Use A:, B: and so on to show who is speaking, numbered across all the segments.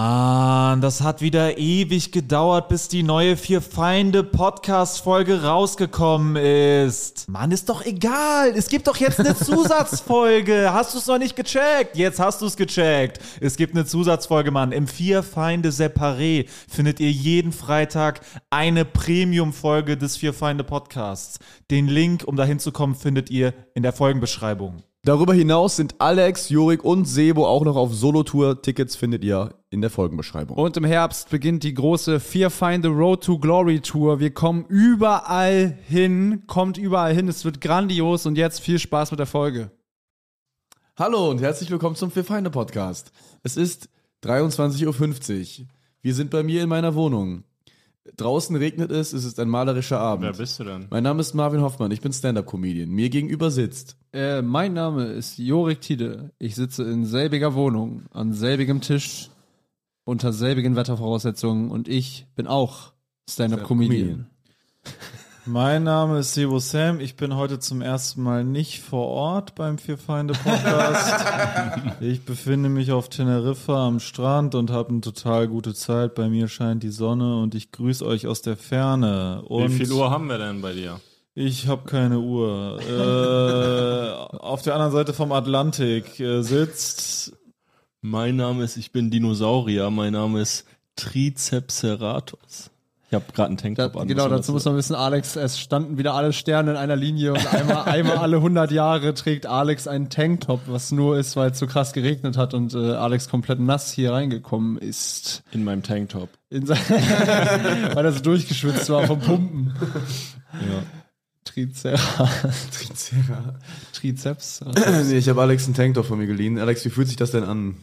A: Mann, das hat wieder ewig gedauert, bis die neue Vier Feinde Podcast Folge rausgekommen ist. Mann, ist doch egal. Es gibt doch jetzt eine Zusatzfolge. Hast du es noch nicht gecheckt? Jetzt hast du es gecheckt. Es gibt eine Zusatzfolge, Mann. Im Vier Feinde Separé findet ihr jeden Freitag eine Premium Folge des Vier Feinde Podcasts. Den Link, um dahin zu kommen, findet ihr in der Folgenbeschreibung.
B: Darüber hinaus sind Alex, Jurik und Sebo auch noch auf Solo-Tour. Tickets findet ihr in der Folgenbeschreibung.
C: Und im Herbst beginnt die große Fear Find the Road to Glory Tour. Wir kommen überall hin, kommt überall hin. Es wird grandios und jetzt viel Spaß mit der Folge.
B: Hallo und herzlich willkommen zum Vier Feinde Podcast. Es ist 23.50 Uhr. Wir sind bei mir in meiner Wohnung. Draußen regnet es, es ist ein malerischer Abend.
D: Wer bist du denn?
B: Mein Name ist Marvin Hoffmann, ich bin Stand-Up-Comedian. Mir gegenüber sitzt.
C: Äh, mein Name ist Jorik Tiede. Ich sitze in selbiger Wohnung, an selbigem Tisch, unter selbigen Wettervoraussetzungen und ich bin auch Stand-Up-Comedian.
A: Mein Name ist Sebo Sam. Ich bin heute zum ersten Mal nicht vor Ort beim Vier Feinde Podcast. ich befinde mich auf Teneriffa am Strand und habe eine total gute Zeit. Bei mir scheint die Sonne und ich grüße euch aus der Ferne.
D: Wie
A: Und
D: viel Uhr haben wir denn bei dir?
A: Ich habe keine Uhr. Äh, auf der anderen Seite vom Atlantik äh, sitzt.
D: Mein Name ist, ich bin Dinosaurier, mein Name ist Tricepseratus. Ich habe gerade einen
C: Da,
D: Tanktop also an.
C: genau, dazu muss man wissen, Alex, es standen wieder alle Sterne in einer Linie und einmal, einmal alle 100 Jahre trägt Alex einen Tanktop, was nur ist, weil es so krass geregnet hat und äh, Alex komplett nass hier reingekommen ist.
D: In meinem Tanktop.
C: In sein- weil er so durchgeschwitzt war vom Pumpen.
D: Ja.
C: Trizera. Trizeps.
B: nee, ich habe Alex einen Tanktop von mir geliehen. Alex, wie fühlt sich das denn an,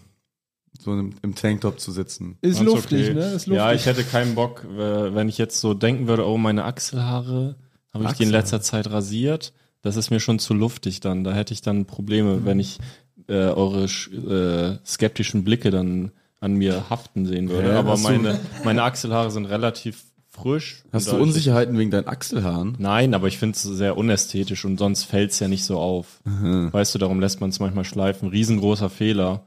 B: so im, im Tanktop zu sitzen?
C: Ist
D: Ganz
C: luftig,
D: okay.
C: ne? Ist luftig.
D: Ja, ich hätte keinen Bock, äh, wenn ich jetzt so denken würde, oh, meine Achselhaare habe ich die in letzter Zeit rasiert. Das ist mir schon zu luftig dann. Da hätte ich dann Probleme, wenn ich äh, eure sch- äh, skeptischen Blicke dann an mir haften sehen würde.
B: Hä,
D: Aber
B: hast du-
D: meine, meine Achselhaare sind relativ frisch.
B: Hast
D: Und
B: du
D: dadurch-
B: Unsicherheiten wegen deinen Achselhaaren?
D: Nein, aber ich finde es sehr unästhetisch und sonst fällt's ja nicht so auf. Weißt du, darum lässt man es manchmal schleifen. Riesengroßer Fehler.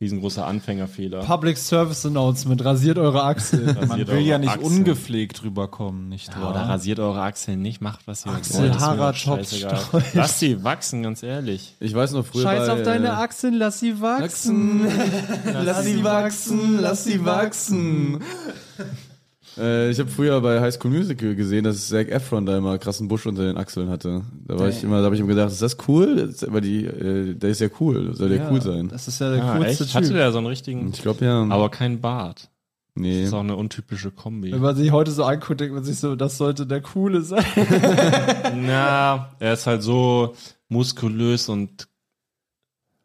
D: Riesengroßer Anfängerfehler.
C: Public Service Announcement, rasiert eure Achsel.
D: Rasiert
A: will
D: eure
A: ja nicht
D: Achseln.
A: ungepflegt rüberkommen, nicht
D: Ja, Oder rasiert eure Achseln nicht, macht was ihr wollt.
C: Achselhaare
D: ist mir doch
C: top
D: scheißegal.
C: stolz.
D: Lasst die wachsen, ganz ehrlich.
B: Ich weiß noch früher.
C: Scheiß
B: bei,
C: auf deine
B: äh,
C: Achseln, lass sie wachsen.
B: Wachsen. Lass sie wachsen, lass sie wachsen. Äh, ich habe früher bei High School Musical gesehen, dass Zac Efron da immer krassen Busch unter den Achseln hatte. Da war ich immer, da habe ich immer gedacht, ist das cool? Das- Weil die, äh, der ist ja cool, soll der cool sein.
C: Das ist ja der
D: Ah, echt?
C: coolste
D: Hatte
C: Typ.
D: der so einen richtigen,
B: Ich glaube ja.
D: aber kein Bart.
B: nee.
D: Das ist auch eine untypische Kombi.
C: Wenn man sich heute so anguckt, denkt man sich so, das sollte der coole sein.
D: Na, er ist halt so muskulös und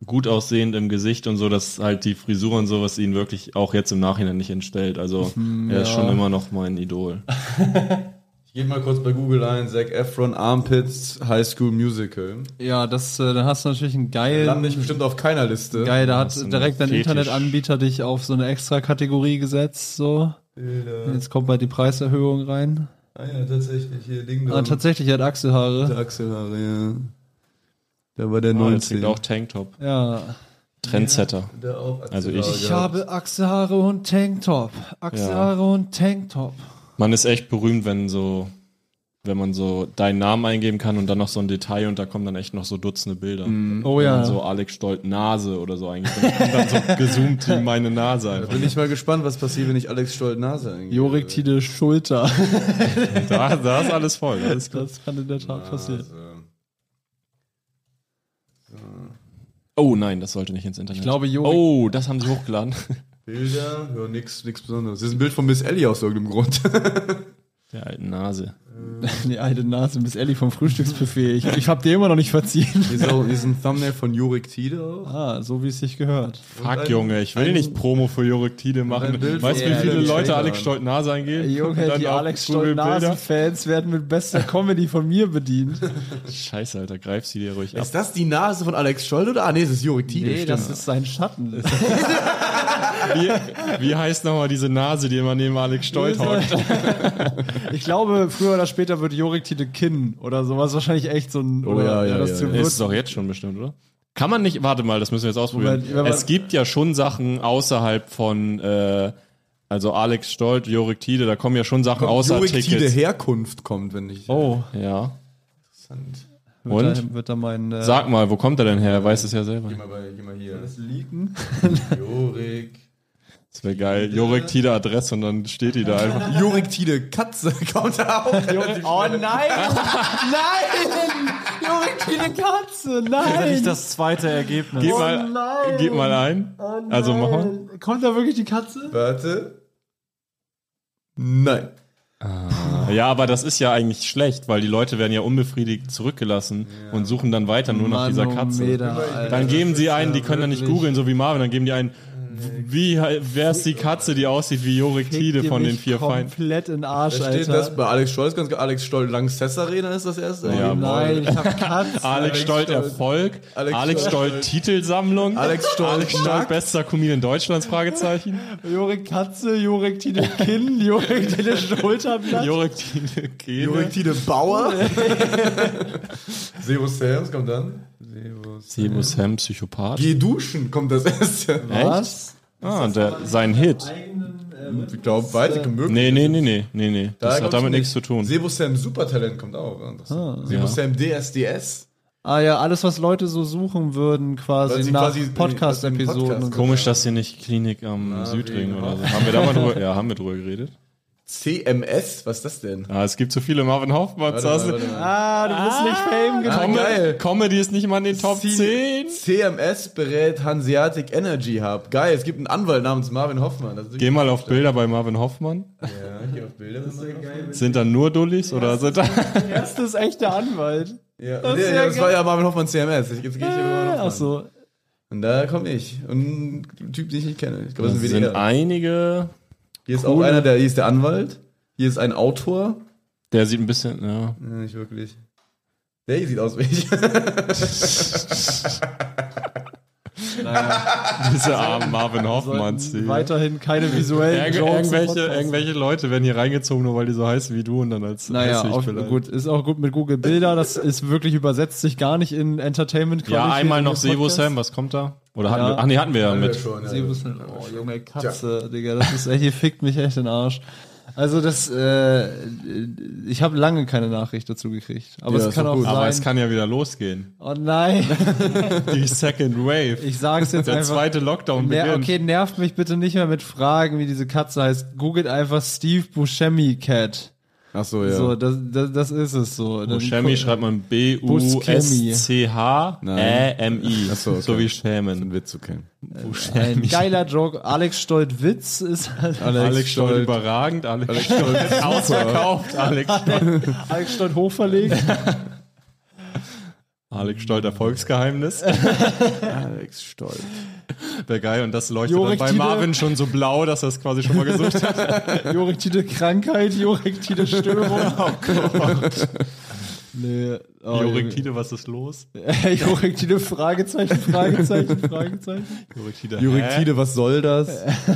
D: gut aussehend im Gesicht und so, dass halt die Frisur und sowas ihn wirklich auch jetzt im Nachhinein nicht entstellt. Also
C: Mhm.
D: er ist schon immer noch mein Idol.
B: Ich gehe mal kurz bei Google ein, Zac Efron Armpits High School Musical.
C: Ja, das, äh, dann hast du natürlich einen
D: Ähm,
B: Lande
C: geilen.
B: ich bestimmt auf keiner Liste.
C: Geil, da
D: Das ist
C: hat
D: ein
C: direkt dein
D: Fetisch.
C: Internetanbieter dich auf so eine extra Kategorie gesetzt, so. Jetzt kommt bald die Preiserhöhung rein.
B: Ah ja, tatsächlich, hier Ding
C: Ah, tatsächlich, er hat Achselhaare.
B: Achselhaare, ja. Da war der
D: Oh, jetzt liegt auch Tanktop.
C: Ja. Oh
D: Trendsetter. Also ich-
C: Ich habe Achselhaare und Tanktop. Achselhaare und Tanktop.
D: Man ist echt berühmt, wenn so, wenn man so deinen Namen eingeben kann und dann noch so ein Detail und da kommen dann echt noch so Dutzende Bilder.
C: Oh
D: Wenn
C: ja.
D: man So Alex Stolt Nase oder so eigentlich. Und dann so gezoomt in meine Nase
B: Da
D: einfach.
B: bin ich mal gespannt, was passiert, wenn ich Alex Stolt Nase eingehe.
C: Jorik Tide Schulter.
D: Da, da ist alles voll. Das ist
C: Das kann in der Tat passieren.
B: Also,
D: Oh nein, das sollte nicht ins Internet.
C: Ich glaube, Jorik-
D: Oh, das haben sie hochgeladen.
B: Bilder, ja, nix, nix Besonderes. Das ist ein Bild von Miss Ellie aus irgendeinem Grund.
D: Der alten Nase.
C: Die alte Nase, Miss Ellie vom Frühstücksbuffet. Ich, ich hab dir immer noch nicht verziehen.
B: Hier ist, auch, hier ist ein Thumbnail von Jurik Tiede auch.
C: Ah, so wie es sich gehört.
D: Fuck,
B: ein-
D: Junge, ich will
B: ein-
D: nicht Promo für Jorik Tide
B: ein
D: machen.
B: Bild
D: Weißt du,
B: von
D: wie
B: Adam
D: viele Leute
B: Shaker.
D: Alex Stolt Nase eingehen? Und
C: Junge,
D: dann
C: die
D: auf
C: Alex
D: Google Bilder?
C: Stolt-Nasen-Fans werden mit bester Comedy von mir bedient.
D: Scheiße, Alter, greif sie dir ruhig ab.
B: Ist das die Nase von Alex Scholl oder? Ah, nee, das ist Jurik Tiede.
C: Nee,
B: stimmt.
C: das ist sein Schatten.
D: Wie, wie heißt nochmal diese Nase, die immer neben Alex Stolt hockt?
C: Ich glaube, früher oder später wird Jorik Tite Kinn oder sowas. Wahrscheinlich echt so ein.
B: Oh ja,
C: oder,
B: ja,
C: das
B: ja,
C: zu
B: ja.
C: wird-
D: Ist es auch jetzt schon bestimmt, oder? Kann man nicht, warte mal, das müssen wir jetzt ausprobieren.
C: Moment, wenn man-
D: es gibt ja schon Sachen außerhalb von, äh, also Alex Stolt, Jorik Tiede, da kommen ja schon Sachen außer
B: Jurektide
D: Tickets.
B: Herkunft kommt, wenn ich.
C: Oh,
D: Ja.
C: wird
D: Und?
C: da, wird da mein äh,
D: Sag mal, wo kommt er denn her? Er weiß es ja selber.
B: Geh mal, bei, geh mal hier.
C: Leaken?
B: Jorik.
D: Das wäre geil. Jorik Tiede Adresse und dann steht die da einfach.
B: Jorik Tide Katze kommt da auch. relativ
C: Oh
B: schnell.
C: nein! nein! Jorik, eine
A: Das
C: Katze! Nein!
A: ist das zweite Ergebnis.
D: Gib
C: Oh
D: mal,
C: nein.
D: gib mal ein.
C: Oh nein.
D: Also mach mal.
C: Kommt da wirklich die Katze?
B: Warte. Nein.
D: Ja, aber das ist ja eigentlich schlecht, weil die Leute werden ja unbefriedigt zurückgelassen und suchen dann weiter nur nach dieser Katze. Dann geben sie einen, die können dann nicht googeln, so wie Marvin, dann geben die einen, wie, wer ist die Katze, die aussieht wie Jorik Tiede von den vier Feinden?
C: Komplett in Arsch,
B: Da steht
C: Alter.
B: das bei Alex Stolz ganz klar. Alex Stolz lang Cesare, dann ist das erste.
D: Ja, Ah.
C: nein, ich hab Katze.
D: Alex Stolt Erfolg,
B: Alex
D: Alex
B: Stolt-
D: Stolt Titelsammlung,
B: Alex Stolz
D: Alex Stolt
B: nackt.
D: bester Comedian Deutschlands, Fragezeichen,
C: Jorik Katze, Jorik Tine Kinn, Jorik Tine Schulterblatt.
D: Jorik Tiede
B: Jorik
D: Kehne,
B: Tide Bauer. Zero Sams kommt dann.
D: Sebo Sam, Psychopath.
B: Geh duschen kommt das erste.
C: Was?
D: Ah, der, sein Hit.
B: Ich glaube, weitere Möglichkeiten.
D: Nee, nee, nee, nee, nee, nee.
B: Da
D: Das
B: kommst
D: hat
B: du
D: damit
B: nicht.
D: nichts zu tun.
B: Sebo Sam Supertalent kommt auch. Ah, Sebo
D: Ja.
B: Sam DSDS.
C: Ah ja, alles, was Leute so suchen würden,
B: Was
C: quasi äh,
B: sie
C: nach
B: quasi- was sie im
C: Podcast-Episoden. und so.
D: Komisch, dass hier nicht Klinik am Südring oder so. Haben wir da mal drüber, ja, haben wir drüber geredet?
B: CMS, was ist das denn?
D: Ah, es gibt zu viele Marvin Hoffmann.
B: Warte mal,
D: Sasse.
B: warte mal.
C: Ah, du bist nicht
B: Ah,
C: Fame gekommen.
B: geil.
D: Comedy ist nicht mal in den Top
B: C-
D: 10.
B: CMS berät Hanseatic Energy Hub. Geil, es gibt einen Anwalt namens Marvin Hoffmann. Das ist
D: Geh mal auf Bilder bei Marvin Hoffmann.
B: Ja, hier auf Bilder. Das ist ja geil.
D: Sind da nur Dullis oder sind da.
C: Der erste ist echt der Anwalt.
B: Ja,
C: Das
B: das,
C: ist
B: nee,
C: ja
B: das war ja Marvin Hoffmann CMS. Ich, jetzt gehe ich
D: Äh,
B: hier über Marvin Hoffmann.
C: Achso.
B: Und da komme ich. Und ein Typ, den ich nicht kenne. Ich glaube,
D: Das
B: das ist ein
D: sind
B: WDR.
D: einige.
B: Hier ist auch einer, der, hier ist der Anwalt. Hier ist ein Autor.
D: Der sieht ein bisschen, ja.
B: Ja, nicht wirklich. Der hier sieht aus wie ich.
D: Diese armen Marvin Hoffmann.
C: Also, Weiterhin keine visuellen
D: Irg
C: Jokes im
D: irgendwelche,
C: Podcast.
D: irgendwelche Leute werden hier reingezogen, nur weil die so heißen wie du und dann als
C: Naja,
D: hässlich
C: auch
D: beleidigt.
C: gut, ist auch gut mit Google Bilder. Das ist wirklich übersetzt sich gar nicht in Entertainment.
D: Ja, einmal noch Sebo Sam, was kommt da? Oder hatten
C: Ja.
D: wir, ach nee, hatten wir ja
B: Ja,
D: mit.
B: schon, ja.
C: Sebo Sam. Oh, junge Katze, Digga, das ist echt, hier fickt mich echt den Arsch. Also das, äh, ich habe lange keine Nachricht dazu gekriegt. Aber
B: Ja,
C: es
B: ist
C: kann
B: doch
C: auch
B: gut.
C: sein.
D: Aber es kann ja wieder losgehen.
C: oh nein,
D: Die Second Wave.
C: ich sage es jetzt
D: Der
C: einfach.
D: zweite Lockdown
C: Ner
D: beginnt.
C: okay, nervt mich bitte nicht mehr mit Fragen, wie diese Katze heißt. Googelt einfach Steve Buscemi Cat.
B: Ach so, ja.
C: So, das, das, das ist es so. Dann
D: Buscemi
C: guck-
D: schreibt man B-U-S-C-H-Ä-M-I.
B: Ach so, okay.
D: E So wie
B: Ein
D: Schämen.
B: Witz zu kennen.
C: Ein geiler Joke. Alex Stolt Witz ist halt
B: Alex
D: Alex Stoll
B: Stolt.
D: überragend, Alex Stoll ausverkauft, Alex Stoll.
C: Alex Stolt hochverlegt.
D: Alex Stoll, Erfolgsgeheimnis.
B: Alex Stolz.
D: Wäre geil und das leuchtet
C: Jorik
D: dann bei
C: Tiede.
D: Marvin schon so blau, dass er es quasi schon mal gesucht hat.
C: Jorektide Krankheit, Jorektide Störung. oh Gott. Nee. Oh,
D: Jorik Tiede, was ist los?
C: Junge. Jorektide Fragezeichen, Fragezeichen, Fragezeichen.
D: Jorik Tiede,
B: Jurik
D: hä?
B: Tiede, was soll das?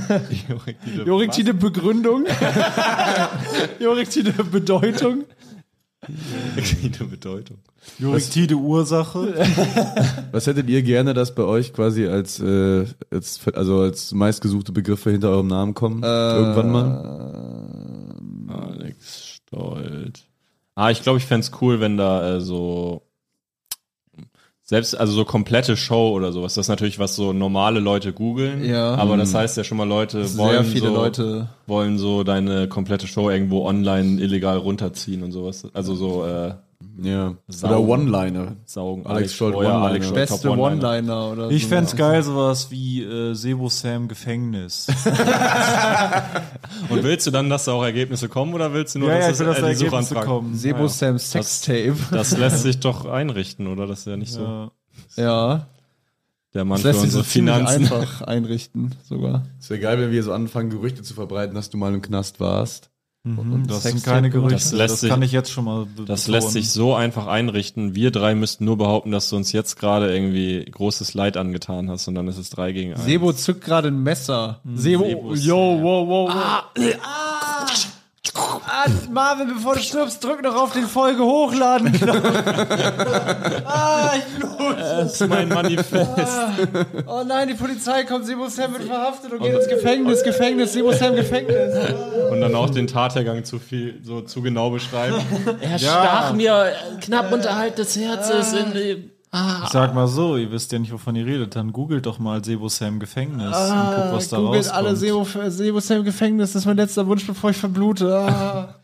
D: Jorik Tiede, was?
C: Jorektide Begründung. Jorektide Bedeutung.
D: Jorik Tiede Bedeutung.
A: Korrektive Ursache.
B: Was hättet ihr gerne, dass bei euch quasi als, äh, als, also als meistgesuchte Begriffe hinter eurem Namen kommen?
C: Äh,
B: Irgendwann mal?
D: Alex Stolt. Ah, ich glaube, ich fänd's cool, wenn da äh, so selbst, also so komplette Show oder sowas. Das ist natürlich, was so normale Leute googeln.
C: Ja. Mhm.
D: Aber das heißt ja schon mal, Leute wollen, so,
C: Leute.
D: wollen so deine komplette Show irgendwo online illegal runterziehen und sowas. Also so äh,
B: Ja. Oder
D: Saugen.
B: One-Liner.
D: saugen.
B: Alex Stolt
D: Breuer,
B: One-Liner.
D: Alex Stolt
C: Beste
D: Top One-Liner.
C: One-Liner oder
A: Ich
C: so.
A: fänd's geil, sowas wie äh, Sebo Sam Gefängnis.
D: Und willst du dann, dass da auch Ergebnisse kommen oder willst du nur, dass es,
A: also
D: äh, die Suchanfrage-
C: Sebo Sam Sextape.
D: Das lässt sich doch einrichten, oder? Das ist ja nicht so
A: Ja.
C: Ja.
D: der Mann
C: Das
D: für
C: lässt sich so
D: unsere
C: ziemlich
D: Finanzen.
C: einfach einrichten sogar.
B: Es wäre geil, wenn wir so anfangen, Gerüchte zu verbreiten, dass du mal im Knast warst.
A: Mhm, das
C: Sextape
A: sind keine Gerüchte.
D: Das lässt sich-
A: kann ich jetzt schon mal be-
D: Das
A: betonen.
D: lässt sich so einfach einrichten. Wir drei müssten nur behaupten, dass du uns jetzt gerade irgendwie großes Leid angetan hast und dann ist es drei gegen eins.
A: Hm,
C: Sebo zückt gerade ein Messer. Sebo,
D: Sebo,
C: yo,
D: Sam.
C: wow, wow, wow. äh, Ah, Marvin, bevor du stirbst, drück noch auf den Folge hochladen. ah, ich blute.
D: Das ist mein Manifest.
C: Oh nein, die Polizei kommt, Sebo Sam wird verhaftet und geht ins Gefängnis, Gefängnis, Sebo Sam Gefängnis.
D: Und dann auch den Tathergang zu viel, so zu genau beschreiben.
E: Er stach mir knapp unterhalb des Herzes in äh, die.
A: Ich sag mal so, ihr wisst ja nicht, wovon ihr redet. Dann googelt doch mal Sebo Sam Gefängnis und guckt, was da
C: Ah, Googelt
A: rauskommt.
C: alle Sebo, Sebo Sam Gefängnis, das ist mein letzter Wunsch, bevor ich verblute. Ah.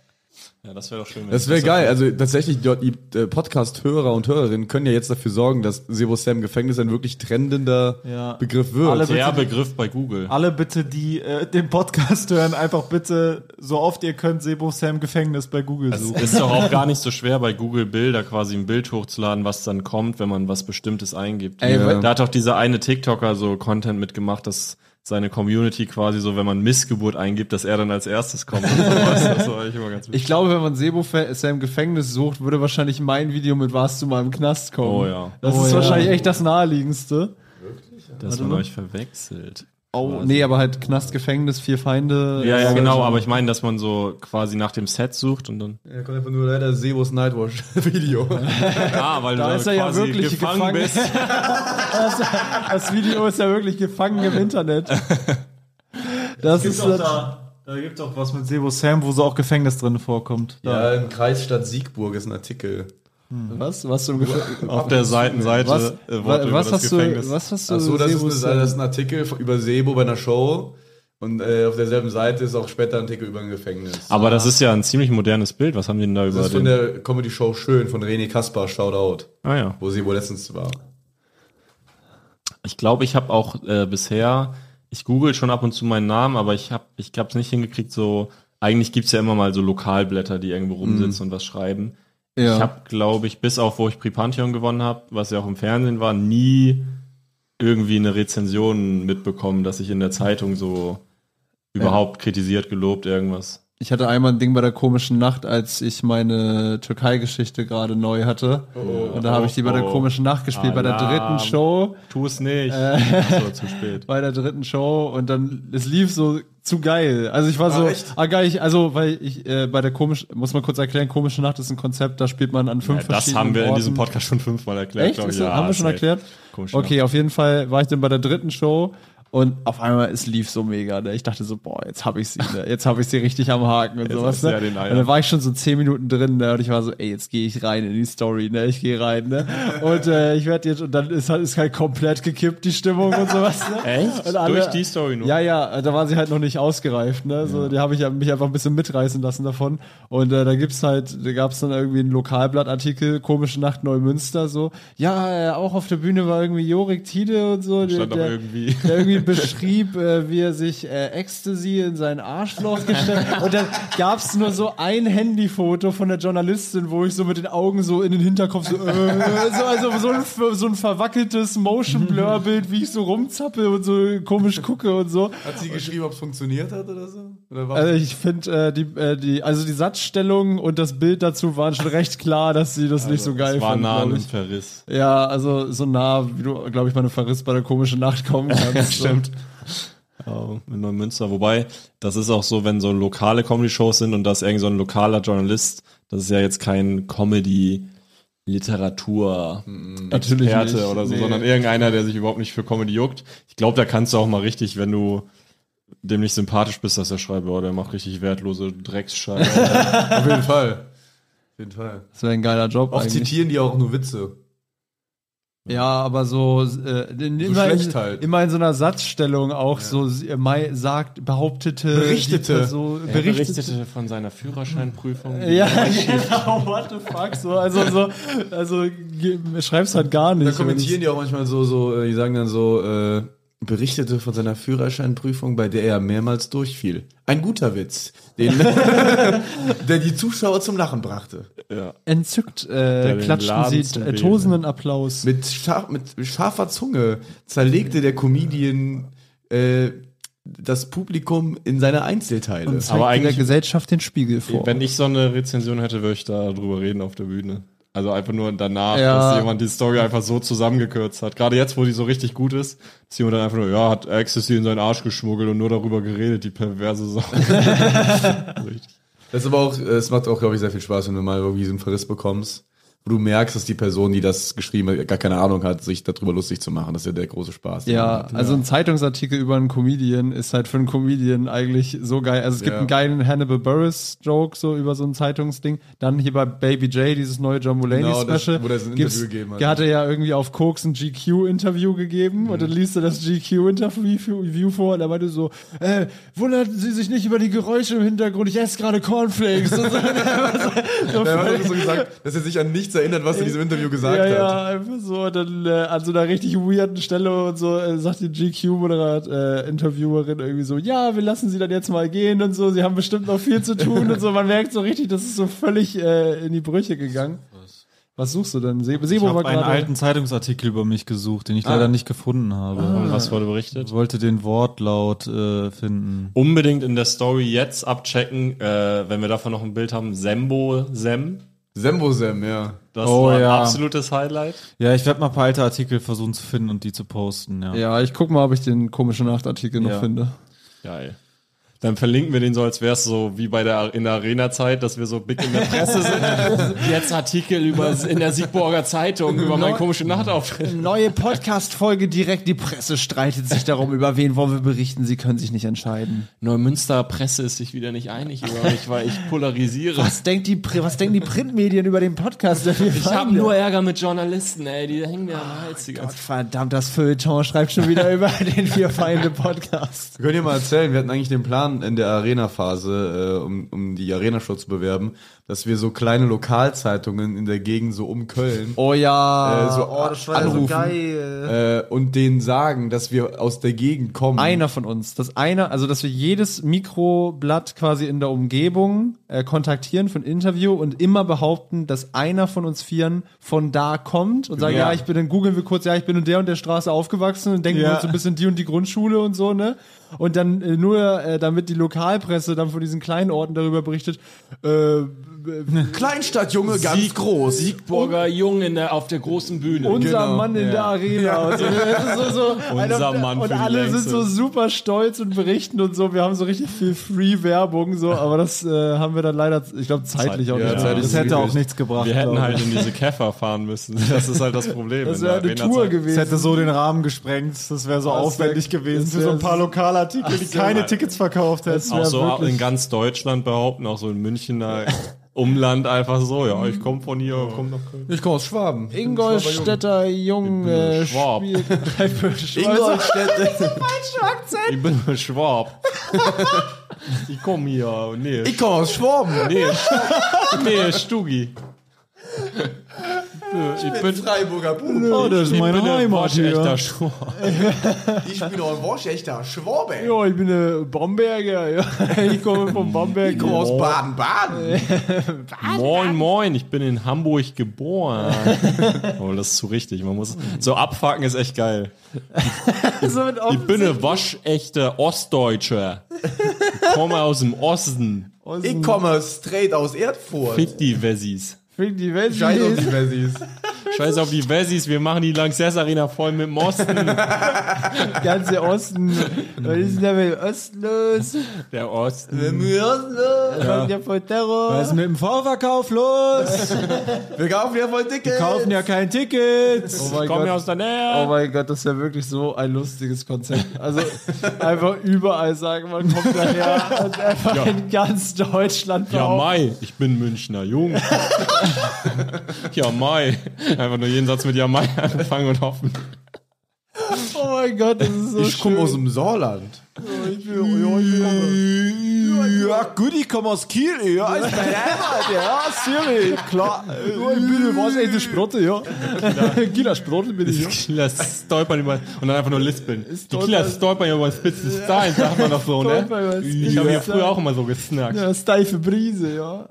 D: Ja, das wäre doch schön. wenn
B: Das
D: ich
B: wäre geil. Also tatsächlich, dort die äh, Podcast-Hörer und Hörerinnen können ja jetzt dafür sorgen, dass Sebo Sam Gefängnis ein wirklich trendender
A: Ja.
B: Begriff wird.
A: Alle
D: Der Begriff bei Google.
A: Alle bitte, die äh, den Podcast hören, einfach bitte, so oft ihr könnt, Sebo Sam Gefängnis bei Google
D: Es
A: suchen.
D: ist doch auch gar nicht so schwer, bei Google Bilder quasi ein Bild hochzuladen, was dann kommt, wenn man was Bestimmtes eingibt.
B: Ey, weil-
D: Da hat doch dieser eine TikToker so Content mitgemacht, dass seine Community quasi so, wenn man Missgeburt eingibt, dass er dann als erstes kommt. Und sowas. Das war eigentlich immer ganz witzig.
C: Ich glaube, wenn man Sebo Fe- Sam Gefängnis sucht, würde wahrscheinlich mein Video mit Warst du mal im Knast kommen.
D: Oh ja.
C: Das
A: Oh
C: ist
A: ja.
C: wahrscheinlich echt das naheliegendste.
D: Dass man euch verwechselt.
C: Oh, nee, aber halt Knast, Gefängnis, vier Feinde.
D: Ja, ja,
C: Äh,
D: genau, aber ich meine, dass man so quasi nach dem Set sucht und dann.
B: Da kommt einfach nur leider Sebos Nightwatch-Video.
D: Ah, weil
C: Da
D: du
C: ist er ja
D: quasi
C: wirklich gefangen.
D: gefangen bist.
C: Das Video ist ja wirklich gefangen im Internet. Das ist das,
A: da, da gibt doch was mit Sebo Sam, wo so auch Gefängnis drin vorkommt. Da.
B: Ja, im Kreisstadt Siegburg ist ein Artikel.
C: was? Was du im Gefängnis?
D: Auf der Seitenseite
C: Was,
D: äh,
C: wa-
D: Worte über
C: was,
D: das
C: hast du,
D: Gefängnis.
C: was hast du?
B: Achso, das, ist
C: Sebo
B: eine-
C: Sam-
B: das ist ein Artikel über Sebo bei einer Show. Und äh, auf derselben Seite ist auch später ein Artikel über ein Gefängnis.
D: Aber das ist ja ein ziemlich modernes Bild. Was haben die denn da
B: das
D: über
B: ist von
D: den?
B: der Comedy-Show Schön von René Kaspar, Shoutout,
D: Ah ja.
B: wo Sebo letztens war.
D: Ich glaube, ich habe auch äh, bisher, ich google schon ab und zu meinen Namen, aber ich habe ich hab's nicht hingekriegt, so, eigentlich gibt's ja immer mal so Lokalblätter, die irgendwo rumsitzen
C: Mhm.
D: und was schreiben.
C: Ja.
D: Ich habe, glaube ich, bis auf, wo ich Pripantheon gewonnen habe, was ja auch im Fernsehen war, nie irgendwie eine Rezension mitbekommen, dass ich in der Zeitung so überhaupt kritisiert, gelobt, irgendwas.
C: Ich hatte einmal ein Ding bei der komischen Nacht, als ich meine Türkei-Geschichte gerade neu hatte. und da habe ich die bei der
D: Oh.
C: komischen Nacht gespielt, bei der
D: Alarm.
C: dritten Show.
D: Tu es nicht.
C: Äh.
D: Ach so, zu spät.
C: bei der dritten Show und dann es lief so zu geil. Also ich war so, ah geil, ich, also weil ich äh, bei der komisch muss man kurz erklären, komische Nacht ist ein Konzept, da spielt man an fünf
D: Ja, das
C: verschiedenen
D: haben wir in
C: Orten.
D: diesem Podcast schon fünfmal erklärt,
C: Echt?
D: glaub ich.
C: Ist das- haben wir schon
D: safe.
C: erklärt?
D: Komisch,
C: okay, auf jeden Fall war ich dann bei der dritten Show und auf einmal es lief so mega. Ne? Ich dachte so, boah, jetzt habe ich sie, ne? jetzt habe ich sie richtig am Haken und sowas.
D: hast du
C: Ne?
D: ja den Eier.
C: und dann war ich schon so zehn Minuten drin ne? und ich war so, ey, jetzt gehe ich rein in die Story, ne? ich gehe rein ne? und äh, ich werde jetzt und dann ist halt ist halt komplett gekippt die Stimmung und sowas. Ne?
D: Echt?
C: Und alle-
D: Durch die Story nur?
C: Ja, ja, da war sie halt noch nicht ausgereift, ne? So, die habe ich ja- mich einfach ein bisschen mitreißen lassen davon. Und äh, da gibt's halt, da gab's dann irgendwie einen Lokalblattartikel, komische Nacht Neumünster, so. Ja, äh, auch auf der Bühne war irgendwie Jorik Tide und so. Der,
D: Stand auch
C: der,
D: irgendwie.
C: der irgendwie beschrieb, äh, wie er sich äh, Ecstasy in seinen Arschloch gestellt hat. Und dann gab's nur so ein Handyfoto von der Journalistin, wo ich so mit den Augen so in den Hinterkopf so, äh, so also so ein, so ein verwackeltes Motion Blur Bild, wie ich so rumzappel und so komisch gucke und so.
B: Hat sie geschrieben, ob es funktioniert hat oder so? Oder war
C: Also ich finde äh, die äh, die also die Satzstellung und das Bild dazu waren schon recht klar, dass sie das nicht so geil
D: Also, War
C: fanden.
D: nah an
C: glaub
D: einem
C: ich.
D: Verriss.
C: Ja, also so nah, wie du glaube ich bei einem Verriss bei der komischen Nacht kommen kannst.
D: stimmt. Ja, in Neumünster. Wobei, das ist auch so, wenn so lokale Comedy-Shows sind und das irgend so ein lokaler Journalist, das ist ja jetzt kein
C: Natürlich
D: Comedy-Literatur-Experte
C: nicht.
D: oder so,
C: Nee.
D: sondern irgendeiner, der sich überhaupt nicht für Comedy juckt. Ich glaube, da kannst du auch mal richtig, wenn du dem nicht sympathisch bist, dass er schreibt, oh, der macht richtig wertlose Drecksscheiße.
B: Auf jeden Fall. Auf jeden Fall.
C: Das wäre ein geiler Job
B: Oft
C: eigentlich.
B: zitieren die auch nur Witze.
C: Ja, aber so, äh, in, immer,
B: schlecht
C: in,
B: halt.
C: immer in so einer Satzstellung auch so äh, Mai sagt, behauptete, äh,
B: Berichtete.
C: so, berichtete.
D: von seiner Führerscheinprüfung.
C: Ja, genau, what the fuck, so, also, so, also, ge- schreib's halt gar nicht.
B: Da kommentieren die auch manchmal so, so äh, die sagen dann so, äh, berichtete von seiner Führerscheinprüfung, bei der er mehrmals durchfiel. Ein guter Witz, den, der die Zuschauer zum Lachen brachte.
C: Entzückt, äh,
D: den
C: klatschten
D: Laden
C: sie
D: zum
C: äh,
D: Wählen.
C: tosenden Applaus.
B: Mit, scharf, mit scharfer Zunge zerlegte der Comedian äh, das Publikum in seine Einzelteile.
C: zeigte
D: eigentlich-
C: der Gesellschaft den Spiegel vor.
D: Wenn ich so eine Rezension hätte, würde ich da drüber reden auf der Bühne. Also einfach nur danach,
C: Ja.
D: dass jemand die Story einfach so zusammengekürzt hat. Gerade jetzt, wo die so richtig gut ist, dass jemand dann einfach nur, ja, hat Ecstasy in seinen Arsch geschmuggelt und nur darüber geredet, die perverse Sache. richtig.
B: Das ist aber auch, es macht auch, glaube ich, sehr viel Spaß, wenn du mal irgendwie so einen Verriss bekommst, wo du merkst, dass die Person, die das geschrieben hat, gar keine Ahnung hat, sich darüber lustig zu machen. Das ist ja der große Spaß. den man
C: Ja,
B: hat.
C: also ein Zeitungsartikel über einen Comedian ist halt für einen Comedian eigentlich so geil. Also es gibt
B: Ja.
C: einen geilen Hannibal Burris Joke so über so ein Zeitungsding. Dann hier bei Baby J dieses neue John Mulaney
B: Genau, das-
C: Special.
B: wo der so ein
C: gibt's-
B: Interview gegeben hat. Mhm.
C: Der hatte ja irgendwie auf Koks ein GQ Interview gegeben und dann liest er das GQ Interview View vor und er meinte so, äh, wundern Sie sich nicht über die Geräusche im Hintergrund, ich esse gerade Cornflakes. Und so, so,
B: Er hat so gesagt, dass er sich an nichts erinnert, was er in diesem Interview gesagt
C: ja,
B: hat.
C: ja, einfach so. Und dann äh, an so einer richtig weirden Stelle und so äh, sagt die GQ-Moderat-Interviewerin äh, irgendwie so, ja, wir lassen sie dann jetzt mal gehen und so, sie haben bestimmt noch viel zu tun und so. Man merkt so richtig, das ist so völlig äh, in die Brüche gegangen. Was suchst du denn? Se
A: Ich
C: Sebo war
A: habe einen
C: gerade...
A: alten Zeitungsartikel über mich gesucht, den ich leider nicht gefunden
C: Ah.
A: habe.
D: Und was wurde berichtet?
A: Ich wollte den Wortlaut äh, finden.
D: Unbedingt in der Story jetzt abchecken, äh, wenn wir davon noch ein Bild haben. Sembo Sem.
B: Sembosem, ja.
D: Das
A: Oh,
D: war ein
A: ja.
D: absolutes Highlight.
A: Ja, ich werde mal ein paar alte Artikel versuchen zu finden und die zu posten. Ja.
C: Ja, ich guck mal, ob ich den komischen Nachtartikel
A: Ja.
C: noch finde.
D: Geil. Dann verlinken wir den so, als wäre es so wie bei der in der Arena-Zeit, dass wir so big in der Presse sind.
E: Jetzt Artikel über, in der Siegburger Zeitung über meinen komischen Nachtauftritt.
C: Neue Podcast-Folge direkt. Die Presse streitet sich darum, über wen wollen wir berichten. Sie können sich nicht entscheiden.
E: Neumünster Presse ist sich wieder nicht einig über mich, weil ich polarisiere.
C: Was, denkt die, Pri- was denken die Printmedien über den Podcast?
E: Ich habe nur Ärger mit Journalisten, ey, die hängen mir am
D: Ah,
E: Hals die ganze
C: Gott, verdammt, das Feuilleton schreibt schon wieder über den Vier Feinde Podcast.
B: Wir können dir mal erzählen, wir hatten eigentlich den Plan in der Arena-Phase, äh, um, um die Arena-Show zu bewerben, dass wir so kleine Lokalzeitungen in der Gegend so um Köln
C: Oh ja,
B: Äh, so anrufen. äh, und denen sagen, dass wir aus der Gegend kommen.
C: Einer von uns, dass einer, also dass wir jedes Mikroblatt quasi in der Umgebung äh, kontaktieren für ein Interview und immer behaupten, dass einer von uns Vieren von da kommt und sagen,
B: Ja.
C: ja, ich bin, dann googeln wir kurz, ja, ich bin in der und der Straße aufgewachsen und denken
A: Ja.
C: wir uns so ein bisschen die und die Grundschule und so, ne? Und dann äh, nur, äh, damit die Lokalpresse dann von diesen kleinen Orten darüber berichtet, äh,
B: Kleinstadt, Junge, ganz groß.
E: Siegburger Jung in der, auf der großen Bühne.
C: unser
B: Genau,
C: Mann in
B: ja.
C: der Arena. Und so. Das ist so, so
D: Unser Mann
C: Und
D: für die
C: alle sind
D: Längste.
C: so super stolz und berichten und so. Wir haben so richtig viel Free-Werbung, so, aber das äh, haben wir dann leider, ich glaube, zeitlich
D: Zeit-
C: auch
D: ja,
C: nicht.
B: zeitlich
A: Das hätte auch
B: Wirklich.
A: nichts gebracht.
D: Wir hätten
A: glaub
D: halt
A: ich.
D: in diese Käfer fahren müssen. Das ist halt das Problem.
C: das
D: in der
C: wäre eine Tour
D: Arena-Zeit.
A: Das
C: gewesen.
A: hätte so den Rahmen gesprengt. Das wäre so aufwendig gewesen
C: das
A: für so ein
C: wär-
A: paar Lokalartikel, die keine
D: Mann.
A: Tickets verkauft hätten.
D: Auch
C: Ja,
D: so
C: wirklich.
D: in ganz Deutschland behaupten, auch so in Münchner Umland einfach so, ja, ich komme von hier, komm nach Köln.
B: Ich komme aus Schwaben.
C: Ingolstädter Jung äh,
D: Schwab.
C: spielt
B: Ingolstädt.
D: Ich bin ein Schwab. Ich komme hier. Nee,
B: ich komme aus Schwaben.
D: nee, nee, Stugi. Ich bin,
B: Freiburger Bruder.
A: das ist meine Heimat
D: echter
A: hier.
D: Schwab.
B: Ich bin auch ein Worschechter Schwabe.
C: Ja, ich bin äh, Bamberger. Ja. Ich komme von Bamberg.
B: Ich komme aus Baden-Baden.
C: Also
D: Moin, moin, ich bin in Hamburg geboren. Oh, das ist zu richtig. Man muss, so abfacken ist echt geil.
C: so Also mit
D: Ich bin ein waschechter Ostdeutscher. Ich komme aus dem Osten.
B: Ich komme straight aus Erdfurt.
D: Fick die Wessis.
C: die Welt.
B: Scheiß auf die Wessis.
D: Scheiß auf die Wessis, wir machen die Lanxess Arena voll mit dem Osten.
C: ganze Osten. Was ist denn da mit dem Osten los?
D: Der Osten.
C: Oh
B: Wir
C: Kommt ja voll Terror.
A: Was ist mit dem Vorverkauf los?
B: kaufen ja voll dicke.
A: Wir kaufen ja kein Ticket.
C: Oh mein
D: Komm
C: Gott.
D: ja aus der
C: Oh
D: Nähe.
C: mein Gott, das ist ja wirklich so ein lustiges Konzept. Also einfach überall sagen, man kommt daher und einfach in ganz Deutschland
D: Ja,
C: behaupten.
D: Mai, ich bin Münchner Jung. ja, Mai. Einfach nur jeden Satz mit Ja, Mai anfangen und hoffen.
C: Oh mein Gott, das ist so
B: Ich
C: schön.
B: komme aus dem Saarland.
C: Ich bin- ja, ich komme-
A: Ja, gut, ich komme aus Kiel. Ja, ist meine Heimat. Ja, Siri. Klar.
C: Ja, ich bin was ey, die Sprotte, ja. Gila Sprotte bin ich.
D: Die
C: ja.
D: Killer stolpern über und dann einfach nur lispeln. Die
C: stolpern-
D: Killer stolpern über spitzen Stein, sagt man doch so,
C: Stolpern über
D: ne?
C: spitzen
D: Ich habe ja
C: Stein.
D: früher auch immer so gesnackt.
C: Ja, steife Brise, ja.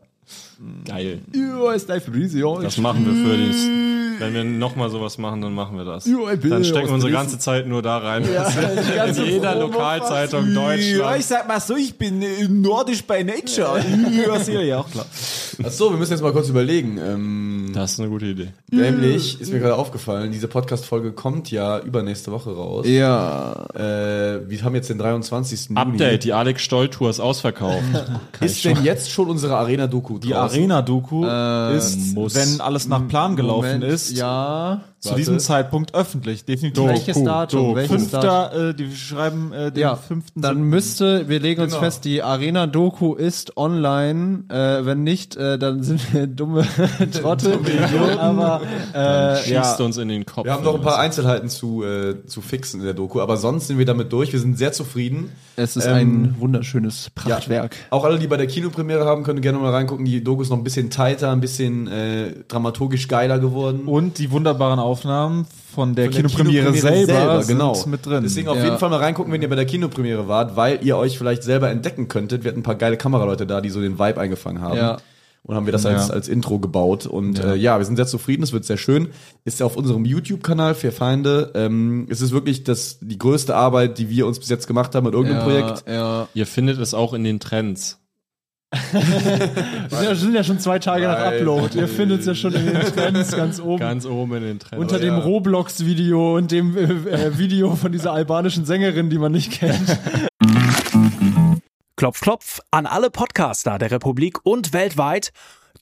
D: Geil.
C: Ja, steife Brise, ja.
D: Das machen wir für den Wenn wir nochmal sowas machen, dann machen wir das.
B: Jo, ey, Bill,
D: Dann stecken
B: aus
D: wir unsere
B: Dresden.
D: ganze Zeit nur da rein.
C: die ganze
D: In jeder
C: Promo
D: Lokalzeitung
A: Ja,
D: Deutschland.
A: ich sag mal so, ich bin äh, nordisch by nature. Ja, sicher, ja, auch klar.
B: Achso, wir müssen jetzt mal kurz überlegen. Ähm,
D: Das ist eine gute Idee.
B: nämlich ist mir gerade aufgefallen, diese Podcast-Folge kommt ja übernächste Woche raus.
C: Ja.
B: Äh, wir haben jetzt den 23.
D: Update,
B: Juni.
D: die Alex Stoll-Tour ist ausverkauft.
B: Ist denn jetzt schon unsere Arena-Doku
A: Die Arena-Doku ist,
D: muss.
A: wenn alles nach Plan gelaufen
C: Moment,
A: ist,
C: Ja.
A: zu
B: Warte.
A: diesem Zeitpunkt öffentlich. Definitiv.
C: Welches Datum? Welches Datum?
A: Fünfter, äh, die schreiben äh, den
C: Ja,
A: fünften.
C: dann müsste, wir legen uns
D: Genau.
C: fest, die Arena-Doku ist online. Äh, wenn nicht, äh, dann sind wir dumme Trottel. aber äh, ja,
D: Schießt uns in den Kopf.
B: Wir haben noch ein paar Einzelheiten zu, äh, zu fixen in der Doku, aber sonst sind wir damit durch. Wir sind sehr zufrieden.
C: es ist
B: Ähm,
C: ein wunderschönes Prachtwerk.
B: Auch alle, die bei der Kinopremiere haben, können gerne mal reingucken. Die Doku ist noch ein bisschen tighter, ein bisschen äh, dramaturgisch geiler geworden.
A: Und die wunderbaren Aufnahmen von der,
B: Von der
A: Kinopremiere, selber, sind
B: genau.
A: mit drin.
B: Deswegen auf
C: Ja.
B: jeden Fall mal reingucken, wenn ihr bei der Kinopremiere wart, weil ihr euch vielleicht selber entdecken könntet. Wir hatten ein paar geile Kameraleute da, die so den Vibe eingefangen haben.
C: Ja.
B: Und haben wir das als,
A: Ja.
B: als Intro gebaut. Und ja. Äh, ja, wir sind sehr zufrieden, es wird sehr schön. Ist ja auf unserem YouTube-Kanal für Feinde. Ähm, es ist wirklich das, die größte Arbeit, die wir uns bis jetzt gemacht haben mit irgendeinem Projekt.
C: Ja.
D: Ihr findet es auch in den Trends.
C: Wir sind ja- sind ja schon zwei Tage nach
B: Nein.
C: Upload. Ihr findet es ja schon in den Trends ganz oben.
D: Ganz genau, oben in den Trends. Oh
C: unter dem
B: ja.
C: Roblox-Video und dem äh, äh, Video von dieser albanischen Sängerin, die man nicht kennt.
F: Klopf, klopf an alle Podcaster der Republik und weltweit.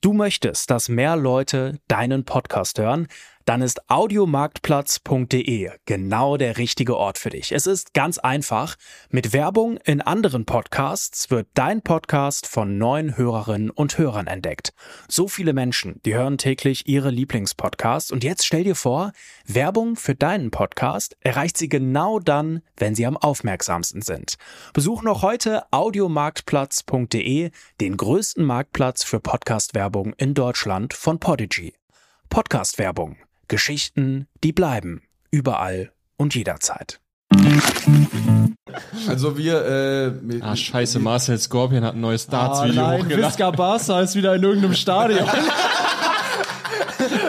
F: Du möchtest, dass mehr Leute deinen Podcast hören? Dann ist audiomarktplatz.de genau der richtige Ort für dich. Es ist ganz einfach. Mit Werbung in anderen Podcasts wird dein Podcast von neuen Hörerinnen und Hörern entdeckt. So viele Menschen, die hören täglich ihre Lieblingspodcasts und jetzt stell dir vor, Werbung für deinen Podcast erreicht sie genau dann, wenn sie am aufmerksamsten sind. Besuch noch heute audiomarktplatz.de, den größten Marktplatz für Podcast-Werbung in Deutschland von Podigy. Podcast-Werbung. Geschichten, die bleiben. Überall und jederzeit.
B: Also wir, äh, wir-
D: Ah, scheiße, Marcel Scorpion hat
C: Ah,
D: ein neues Darts-Video hochgeladen.
C: Visca Barca ist wieder in irgendeinem Stadion.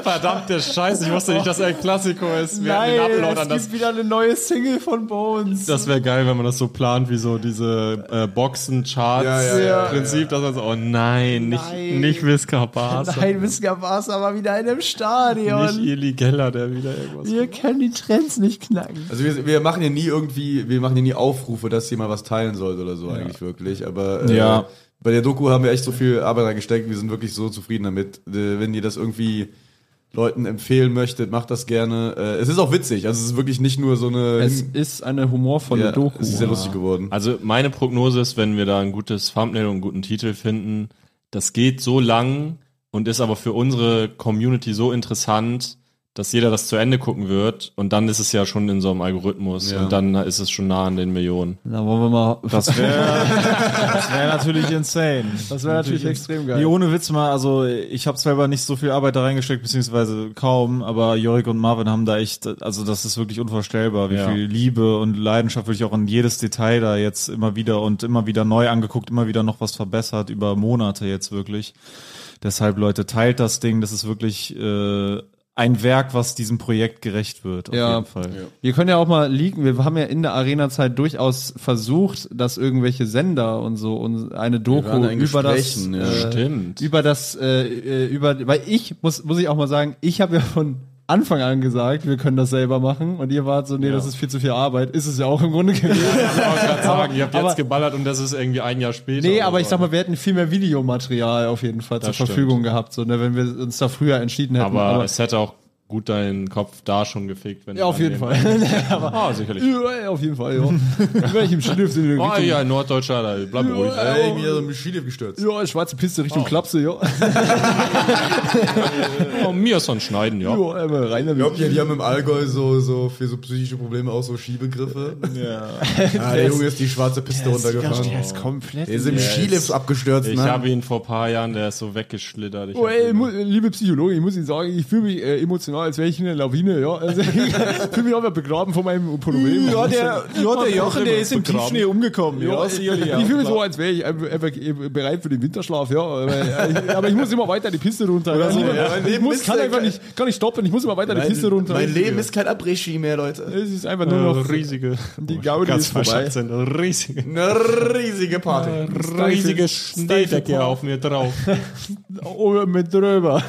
D: Verdammte Scheiße, ich wusste nicht, dass er ein Klassiko ist. Wir hatten
C: Nein,
D: den Upload
C: es
D: an das.
C: gibt wieder eine neue Single von Bones.
D: Das wäre geil, wenn man das so plant, wie so diese äh,
B: Ja, ja, ja,
D: Boxen-Charts-Prinzip, dass man so, oh nein, nicht,
C: Nein.
D: nicht Visca Barca,
C: Nein, Visca Barca war wieder in einem
D: nicht
C: Stadion.
D: Eli Geller, der wieder irgendwas...
C: Wir können die Trends nicht knacken.
B: also wir, wir machen ja nie irgendwie, wir machen ja nie Aufrufe, dass jemand was teilen sollte oder so eigentlich wirklich. Aber äh,
A: Ja.
B: bei der Doku haben wir echt so viel Arbeit reingesteckt. Wir sind wirklich so zufrieden damit. Äh, wenn ihr das irgendwie Leuten empfehlen möchtet, macht das gerne. Äh, es ist auch witzig. Also es ist wirklich nicht nur so eine.
C: Es ist eine humorvolle
B: ja,
C: Doku.
B: es ist sehr lustig geworden.
D: Also meine Prognose ist, wenn wir da ein gutes Thumbnail und einen guten Titel finden, das geht so lang und ist aber für unsere Community so interessant, dass jeder das zu Ende gucken wird und dann ist es ja schon in so einem Algorithmus
B: Ja.
D: und dann ist es schon nah an den Millionen.
C: Na, wollen wir mal.
A: Das wäre das wär natürlich insane.
C: Das wäre natürlich extrem geil.
A: Nee, ohne Witz mal, also ich habe selber nicht so viel Arbeit da reingesteckt, beziehungsweise kaum, aber Jorik und Marvin haben da echt, also das ist wirklich unvorstellbar, wie
D: Ja.
A: viel Liebe und Leidenschaft wirklich auch in jedes Detail da jetzt immer wieder und immer wieder neu angeguckt, immer wieder noch was verbessert über Monate jetzt wirklich. Deshalb, Leute, teilt das Ding, das ist wirklich äh, ein Werk, was diesem Projekt gerecht wird, auf
C: Ja.
A: jeden Fall.
C: Wir können ja auch mal leaken. Wir haben ja in der Arena-Zeit durchaus versucht, dass irgendwelche Sender und so und eine Doku
B: waren in
C: über das,
B: Gesprächen, ja.
C: äh,
D: Stimmt.
C: über das, äh, äh, über, weil ich muss, muss ich auch mal sagen, ich habe ja von Anfang an gesagt, wir können das selber machen und ihr wart so, nee, das ist viel zu viel Arbeit. Ist es ja auch im Grunde gewesen.
D: Ich wollte gerade sagen, ihr habt
C: Aber-
D: jetzt geballert und das ist irgendwie ein Jahr später.
C: Nee,
D: oder
C: aber
D: so.
C: ich sag mal, wir hätten viel mehr Videomaterial auf jeden Fall zur
D: stimmt.
C: Verfügung gehabt, so, ne, wenn wir uns da früher entschieden hätten.
D: Aber, es hätte auch gut deinen Kopf da schon gefickt, wenn
C: ja,
D: du
C: auf
D: an
C: jeden
D: dem-
C: Fall. aber,
D: Ah, sicherlich.
C: ja, auf jeden Fall, ja. In welchem Schliff sind wir
D: Oh
C: Richtung-
D: ja, ein Norddeutscher, da bleib ruhig. Äh,
B: Ey, Äh, mir so ein Schiele gestürzt.
C: Ja, schwarze Piste Richtung
D: Ah.
C: Klapse, ja.
D: Oh, mir ist so ein Schneiden, ja.
C: Ja, einmal rein damit.
B: Ich glaube, die, die haben im Allgäu so, so für so psychische Probleme auch so Skibegriffe. Ja. ah, der Junge ist die schwarze Piste runtergefahren.
C: Der ist komplett.
B: Der ist im Skilift abgestürzt.
D: Ich
B: ne?
D: habe ihn vor ein paar Jahren, der ist so weggeschlittert. Ich
C: Oh,
D: hab
C: ey,
G: ne?
D: ihn-
C: mu- liebe Psychologin, ich muss Ihnen sagen, ich fühle mich äh, ja, als wäre ich in der Lawine, ja. Also, ich fühle mich aber begraben von meinem Problem. Also,
G: Ja, der, ja, der Jochen, der ist im Tiefschnee umgekommen. Ja,
C: ich fühle mich so, als wäre ich einfach äh, bereit für den Winterschlaf, ja. Aber äh, ich, aber ich muss immer weiter die Piste runter. Also,
G: ja.
C: Ich muss, kann einfach nicht, kann nicht stoppen, ich muss immer weiter die Piste runter.
G: Mein Leben ist kein Abregie mehr, Leute.
C: es ist einfach nur noch
D: riesige,
C: die Gaudi ist vorbei.
D: sind riesige,
G: Eine riesige Party.
E: Riesige Schneedecke auf mir drauf.
C: Oh, mit drüber.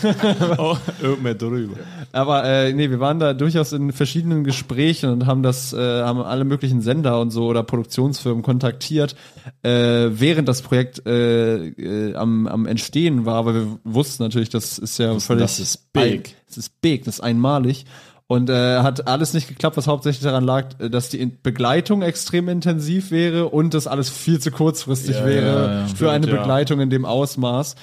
D: Oh. irgendwer drüber.
C: Aber äh, nee, wir waren da durchaus in verschiedenen Gesprächen und haben das, äh, haben alle möglichen Sender und so oder Produktionsfirmen kontaktiert, äh, während das Projekt äh, äh, am, am Entstehen war, weil wir wussten natürlich, das ist ja völlig.
D: das ist big.
C: Ein, das ist big, das ist einmalig. Und äh, hat alles nicht geklappt, was hauptsächlich daran lag, äh, dass die In- Begleitung extrem intensiv wäre und dass alles viel zu kurzfristig wäre für eine Begleitung in dem Ausmaß.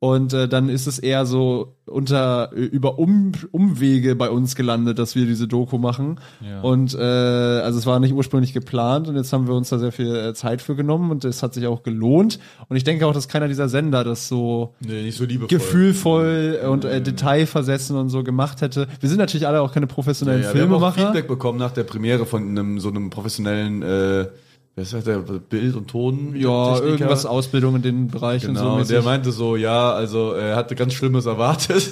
C: Und äh, dann ist es eher so unter über um, Umwege bei uns gelandet, dass wir diese Doku machen. Und äh, also es war nicht ursprünglich geplant und jetzt haben wir uns da sehr viel äh, Zeit für genommen und es hat sich auch gelohnt. Und ich denke auch, dass keiner dieser Sender das so
B: Nee, nicht so liebevoll.
C: gefühlvoll und äh, detailversessen und so gemacht hätte. Wir sind natürlich alle auch keine professionellen
B: Ja, wir haben auch
C: Filmemacher.
B: Feedback bekommen nach der Premiere von einem so einem professionellen, äh, wer ist das, der Bild und Ton?
C: Ja,
B: Techniker?
C: irgendwas Ausbildung in den Bereich und so.
B: Genau, und
C: mäßig.
B: der meinte so, ja, also er hatte ganz Schlimmes erwartet.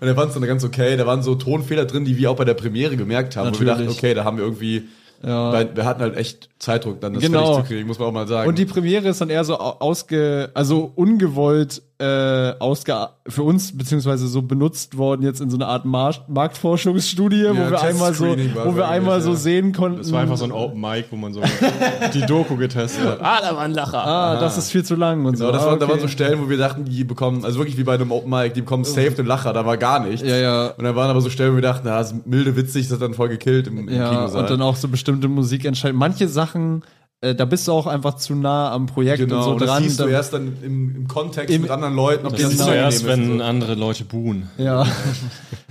B: und er fand es dann ganz okay. Da waren so Tonfehler drin, die wir auch bei der Premiere gemerkt haben. Wo wir dachten,
C: Natürlich.
B: okay, da haben wir irgendwie, weil wir hatten halt echt Zeitdruck, dann das
C: Genau.
B: fertig zu kriegen, muss man auch mal sagen.
C: Und die Premiere ist dann eher so au- ausge, also ungewollt äh, ausge, für uns beziehungsweise so benutzt worden jetzt in so eine Art Mar Marktforschungsstudie, wo wir einmal so,
B: Test-Screening war
C: wo
B: es
C: wir einmal
B: eigentlich,
C: so
B: ja.
C: sehen konnten.
D: Das war einfach so ein Open Mic, wo man so
C: Genau.
D: die Doku getestet hat.
E: Ah, da war ein Lacher.
C: ah, das ist viel zu lang und
B: so,
C: so.
B: Genau, das
C: Ah,
B: waren, Da
C: okay.
B: waren so Stellen, wo wir dachten, die bekommen, also wirklich wie bei einem Open Mic, die bekommen safe den Lacher, da war gar nichts.
C: Ja, ja.
B: Und dann waren aber so Stellen, wo wir dachten, na, das ist milde witzig, das hat dann voll gekillt im, im
C: Ja,
B: Kinosaal.
C: und dann auch so bestimmte Musik entscheiden. Manche Sachen, äh, da bist du auch einfach zu nah am Projekt und
B: genau,
C: so
B: und das
C: dran.
B: siehst du
C: dann-
B: erst dann im, im Kontext
C: Im- genau.
B: mit anderen Leuten, ob
D: Das ist
B: das
D: zuerst,
B: angenehm
D: wenn andere Leute buhen.
C: ja.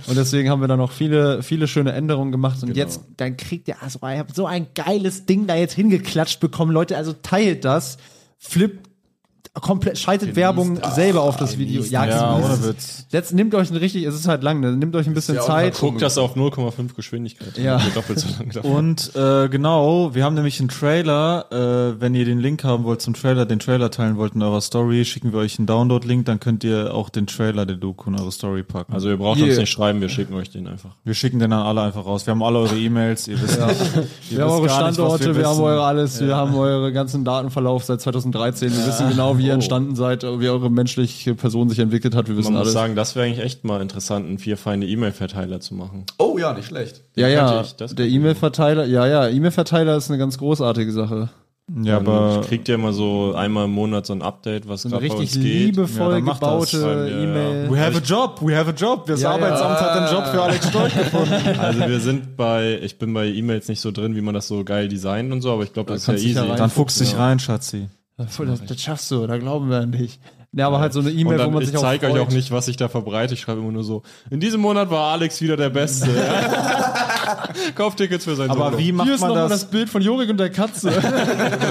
C: Und deswegen haben wir da noch viele, viele schöne Änderungen gemacht. Und jetzt
G: Dann kriegt der also
C: ich habe so ein geiles Ding da jetzt hingeklatscht bekommen, Leute. Also teilt das, flippt komplett, schaltet Werbung selber auf das Video. Ja, genießt es. Jetzt nehmt euch ein richtig, es ist halt lang, ne? nehmt euch ein bisschen
B: ja auch
C: Zeit.
D: Guckt das auf 0,5 Geschwindigkeit.
C: Ja.
D: Wir Doppelt so lang davon.
A: Und äh, genau, wir haben nämlich einen Trailer. Äh, wenn ihr den Link haben wollt zum Trailer, den Trailer teilen wollt in eurer Story, schicken wir euch einen Download-Link, dann könnt ihr auch den Trailer der Doku in eure Story packen. Also
D: Also ihr braucht uns nicht schreiben, wir schicken euch den einfach.
A: wir schicken den dann alle einfach raus. Wir haben alle eure E-Mails, ihr wisst nicht. Ihr
C: Wir haben
A: wisst
C: eure
A: gar nicht, was
C: Standorte, wir, haben
A: wissen.
C: eure alles, wir haben eure ganzen Datenverlauf seit 2013. Wir wissen genau, wie ihr entstanden seid, wie eure menschliche Person sich entwickelt hat. Wir wissen
D: Man muss
C: alles.
D: sagen, das wäre eigentlich echt mal interessant, einen vierfeinde E-Mail-Verteiler zu machen.
B: Oh ja, nicht schlecht.
C: ja, ja.
D: könnte ich, das
C: der
D: könnte ich.
C: E-Mail-Verteiler, ja, ja. E-Mail-Verteiler ist eine ganz großartige Sache.
A: Ja, aber
D: Dann kriegt ihr immer so einmal im Monat so ein Update, was
C: Äh, Eine
D: gerade bei uns
C: richtig
D: geht.
C: liebevoll
A: Ja, dann macht das.
C: gebaute
D: Schreiben wir, ja.
C: E-Mail.
A: we have a job, we have a job. Das
C: Ja, ja.
A: Arbeitsamt hat einen Job für Alex Storch gefunden.
D: Also wir sind bei, ich bin bei E-Mails nicht so drin, wie man das so geil designt und so, aber ich glaube, das ist ja
C: kannst dich
D: easy.
C: ja rein-
A: Dann fuchst dich rein, Schatzi.
C: Voll, das, das schaffst du, da glauben wir an dich. Ja, aber halt so eine
D: und
C: E-Mail, wo
D: dann,
C: man
D: ich
C: sich auch
D: zeige euch
C: freut.
D: auch nicht, was ich da verbreite. Ich schreibe immer nur so, in diesem Monat war Alex wieder der Beste. Kauf Tickets für sein
A: Aber
D: Solo.
A: wie
C: Hier
A: macht
C: ist noch
A: man
C: mal
A: das?
C: das Bild von Jorik und der Katze.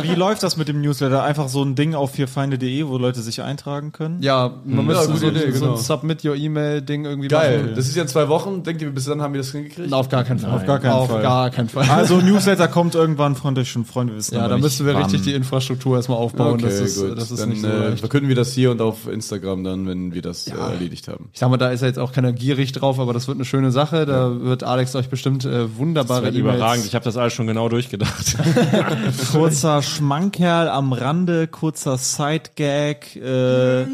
A: Wie läuft das mit dem Newsletter? Einfach so ein Ding auf vierfeinde.de, wo Leute sich eintragen können?
C: ja, man müsste
B: gute
C: so,
B: Idee,
C: so
B: genau.
C: ein Submit your E-Mail-Ding irgendwie
B: Geil.
C: machen.
B: Das ist ja in zwei Wochen. Denkt ihr, bis dann haben wir das hingekriegt?
C: auf gar keinen Fall. auf
A: gar keinen Fall.
C: Auf gar keinen Fall.
A: Also Newsletter kommt irgendwann, Freunde, schon Freunde wir wissen.
C: ja,
A: aber
C: da
A: nicht
C: müssen wir
A: wann.
C: richtig die Infrastruktur erstmal aufbauen.
B: Okay,
C: das ist,
B: gut.
C: Das ist
B: dann
C: nicht so
B: äh,
C: leicht.
B: verkünden wir das hier und auf Instagram dann, wenn wir das äh, erledigt haben.
C: Ich sag mal, da ist ja jetzt auch keiner gierig drauf, aber das wird eine schöne Sache. Da wird Alex euch bestimmt äh, wunderbare
D: Das wird überragend. Ich habe das alles schon genau durchgedacht.
A: Kurzer Schmankerl am Rande, kurzer Side-Gag, äh,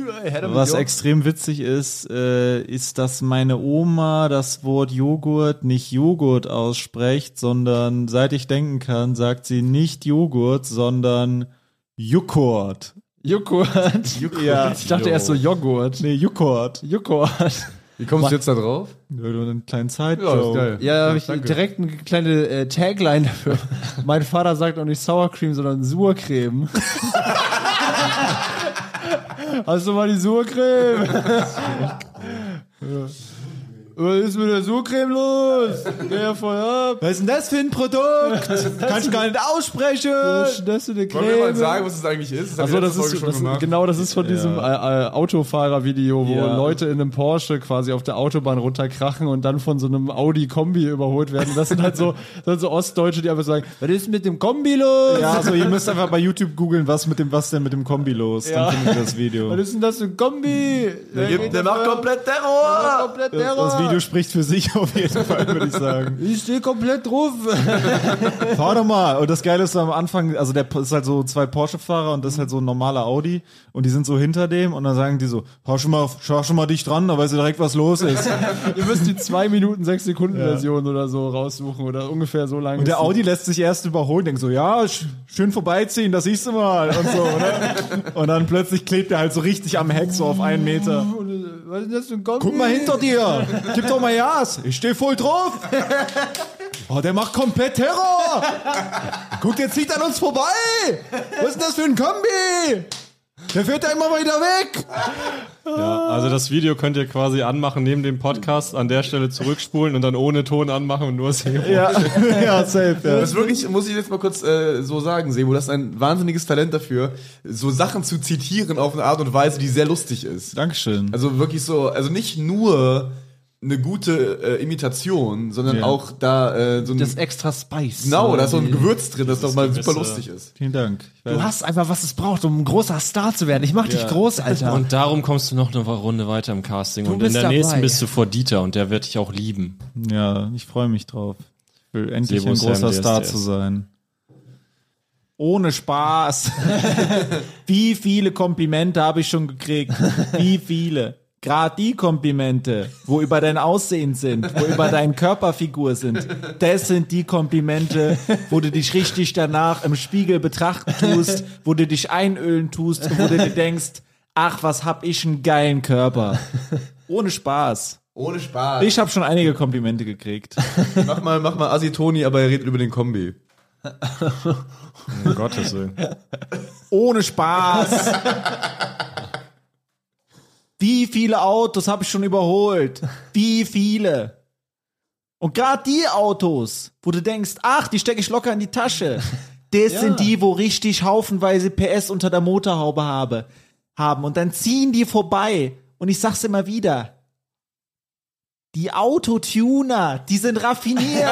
A: was extrem witzig ist, äh, ist, dass meine Oma das Wort Joghurt nicht Joghurt ausspricht, sondern seit ich denken kann, sagt sie nicht Joghurt, sondern Joghurt.
C: Joghurt.
A: Ja.
C: Ich dachte erst so Joghurt.
A: Nee, Joghurt.
C: Joghurt.
B: Wie kommst du jetzt da drauf?
A: Nur einen kleinen Zeit.
C: Ja, da habe ich direkt eine kleine äh, Tagline dafür. mein Vater sagt auch nicht Sour Cream, sondern Surcreme. Hast du mal die Surcreme? Was ist mit der Surcreme los? Geh ja voll ab.
A: Was ist denn das für ein Produkt? Kannst du gar nicht aussprechen.
C: Das ist eine
B: Wollen wir mal
C: Creme.
B: sagen, was es eigentlich ist? Das hab
C: Achso,
B: ich
C: das
B: letzte Folge
C: ist,
B: schon
C: das ist
B: gemacht.
C: genau das ist von diesem äh, äh, Autofahrer-Video, wo
B: Ja.
C: Leute in einem Porsche quasi auf der Autobahn runterkrachen und dann von so einem Audi-Kombi überholt werden. Das sind halt so, das sind so Ostdeutsche, die einfach sagen, was ist mit dem Kombi los?
A: Ja, also ihr müsst einfach bei YouTube googeln, was mit dem was denn mit dem Kombi los. Dann findet ihr das Video.
C: Was ist denn das für ein Kombi? Der,
B: Gibt- Der macht komplett Terror!
C: komplett
A: Das, das
C: Terror.
A: Video spricht für sich auf jeden Fall, würde ich sagen.
C: Ich stehe komplett drauf.
A: Fahr doch mal. Und das Geile ist am Anfang, also der ist halt so zwei Porsche-Fahrer und das ist halt so ein normaler Audi. Und die sind so hinter dem und dann sagen die so, schau schon mal, schau schon mal dich dran, da weißt du direkt, was los ist.
C: Ihr müsst die 2 Minuten 6 Sekunden Version oder so raussuchen oder ungefähr so lange.
A: Und der
C: ist die-
A: Audi lässt sich erst überholen, denkt so, ja, sch schön vorbeiziehen, das siehst du mal und so, ne? Und dann plötzlich klebt er halt so richtig am Heck, so auf einen Meter.
C: Und, äh, Was ist das für ein Kombi?
A: Guck mal hinter dir. Gib doch mal Gas. Ich stehe voll drauf. Oh, der macht komplett Terror. Guck, der zieht an uns vorbei. Was ist denn das für ein Kombi? Der fährt da immer wieder weg.
D: Ja, also das Video könnt ihr quasi anmachen neben dem Podcast, an der Stelle zurückspulen und dann ohne Ton anmachen und nur sehen.
A: Ja, ja safe. Ja.
B: Das ist wirklich, muss ich jetzt mal kurz äh, so sagen, Sebo, das ist ein wahnsinniges Talent dafür, so Sachen zu zitieren auf eine Art und Weise, die sehr lustig ist.
A: Dankeschön.
B: Also wirklich so, also nicht nur eine gute äh, Imitation, sondern
A: Ja.
B: auch da äh, so ein
C: Das ist extra Spice.
B: genau, da ist so ein Gewürz drin, das doch mal super
D: gewisse-
B: lustig ist.
A: Vielen Dank.
C: Du hast einfach, was es braucht, um ein großer Star zu werden. Ich mach dich groß, Alter.
D: Und darum kommst du noch eine Runde weiter im Casting. und in
C: bist
D: der
C: dabei.
D: nächsten bist du vor Dieter und der wird dich auch lieben.
A: Ja, ich freue mich drauf. Ich will endlich
D: Sebo
A: ein
D: Sam,
A: großer
D: der ist
A: Star
D: der
A: zu
D: ist.
A: sein. Ohne Spaß. Wie viele Komplimente habe ich schon gekriegt? Wie viele? Gerade die Komplimente, wo über dein Aussehen sind, wo über deine Körperfigur sind, das sind die Komplimente, wo du dich richtig danach im Spiegel betrachten tust, wo du dich einölen tust und wo du dir denkst, ach, was hab ich einen geilen Körper. Ohne Spaß.
B: Ohne Spaß.
A: Ich habe schon einige Komplimente gekriegt.
B: mach mal, mach mal Asitoni, aber er redet über den Kombi.
D: Um Gottes Willen.
A: Ohne Spaß. Wie viele Autos habe ich schon überholt? Wie viele? Und gerade die Autos, wo du denkst, ach, die stecke ich locker in die Tasche. Das sind die, wo richtig haufenweise PS unter der Motorhaube habe, haben. Und dann ziehen die vorbei. Und ich sag's immer wieder. Die Autotuner, die sind raffiniert.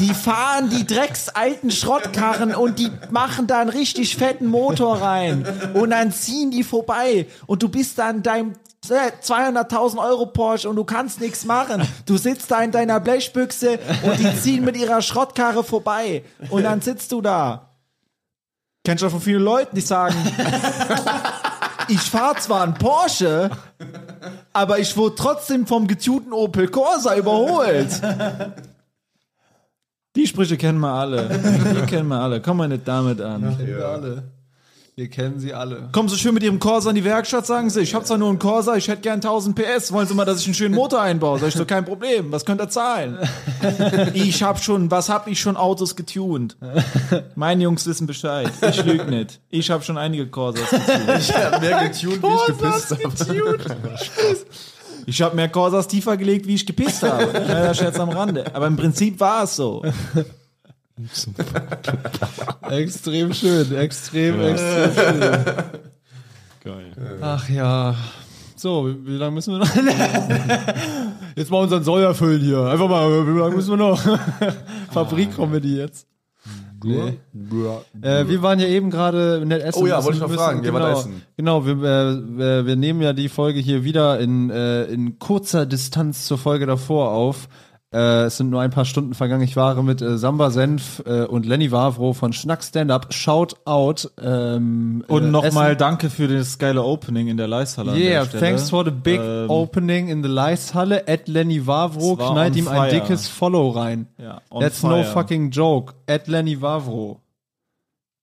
A: Die fahren die drecksalten Schrottkarren und die machen da einen richtig fetten Motor rein. Und dann ziehen die vorbei. Und du bist da in deinem 200.000 Euro Porsche und du kannst nichts machen. Du sitzt da in deiner Blechbüchse und die ziehen mit ihrer Schrottkarre vorbei. Und dann sitzt du da. Kennst du auch von vielen Leuten, die sagen, ich fahre zwar einen Porsche, aber ich wurde trotzdem vom getunten Opel Corsa überholt. Die Sprüche kennen wir alle. Die kennen wir alle. Komm mal nicht damit an.
C: alle. Wir kennen sie alle.
A: Kommen Sie schön mit Ihrem Corsa in die Werkstatt, sagen Sie, ich habe zwar nur einen Corsa, ich hätte gern 1000 PS. Wollen Sie mal, dass ich einen schönen Motor einbaue? Sag ich so, kein Problem. Was könnt ihr zahlen? Ich habe schon, was habe ich schon Autos getuned? Meine Jungs wissen Bescheid. Ich lüge nicht. Ich habe schon einige Corsas getuned.
B: Ich hab mehr getuned, wie ich gepisst habe.
A: Ich habe mehr Corsas tiefer gelegt, wie ich gepisst habe. Kleiner Scherz am Rande. Aber im Prinzip war es so.
C: Extrem schön, extrem, extrem.
D: Geil.
C: Ach ja. So, wie, wie lange müssen wir noch? jetzt mal unseren Soll erfüllen hier. Einfach mal, wie lange müssen wir noch? Fabrik-Comedy jetzt. Nee. Äh, wir waren ja eben gerade nett essen.
B: Oh ja,
C: müssen-
B: wollte ich noch
C: müssen-
B: fragen. Wir
C: Genau,
B: waren essen.
C: genau wir, äh, äh, wir nehmen ja die Folge hier wieder in, äh, in kurzer Distanz zur Folge davor auf. Äh, es sind nur ein paar Stunden vergangen. Ich war mit äh, Samba Senf äh, und Lenny Wavro von Schnack Stand Up. Shout out. Ähm, äh,
A: Und
C: Essen.
A: nochmal danke für das geile Opening in der Leisthalle. an
C: Yeah,
A: der Stelle.
C: thanks for the big
A: Ähm,
C: opening in the Leishalle. At Lenny Wavro
A: Es war
C: knallt
A: on
C: ihm
A: fire.
C: ein dickes Follow rein.
A: Ja, on
C: That's no
A: fire.
C: fucking joke. At Lenny Wavro.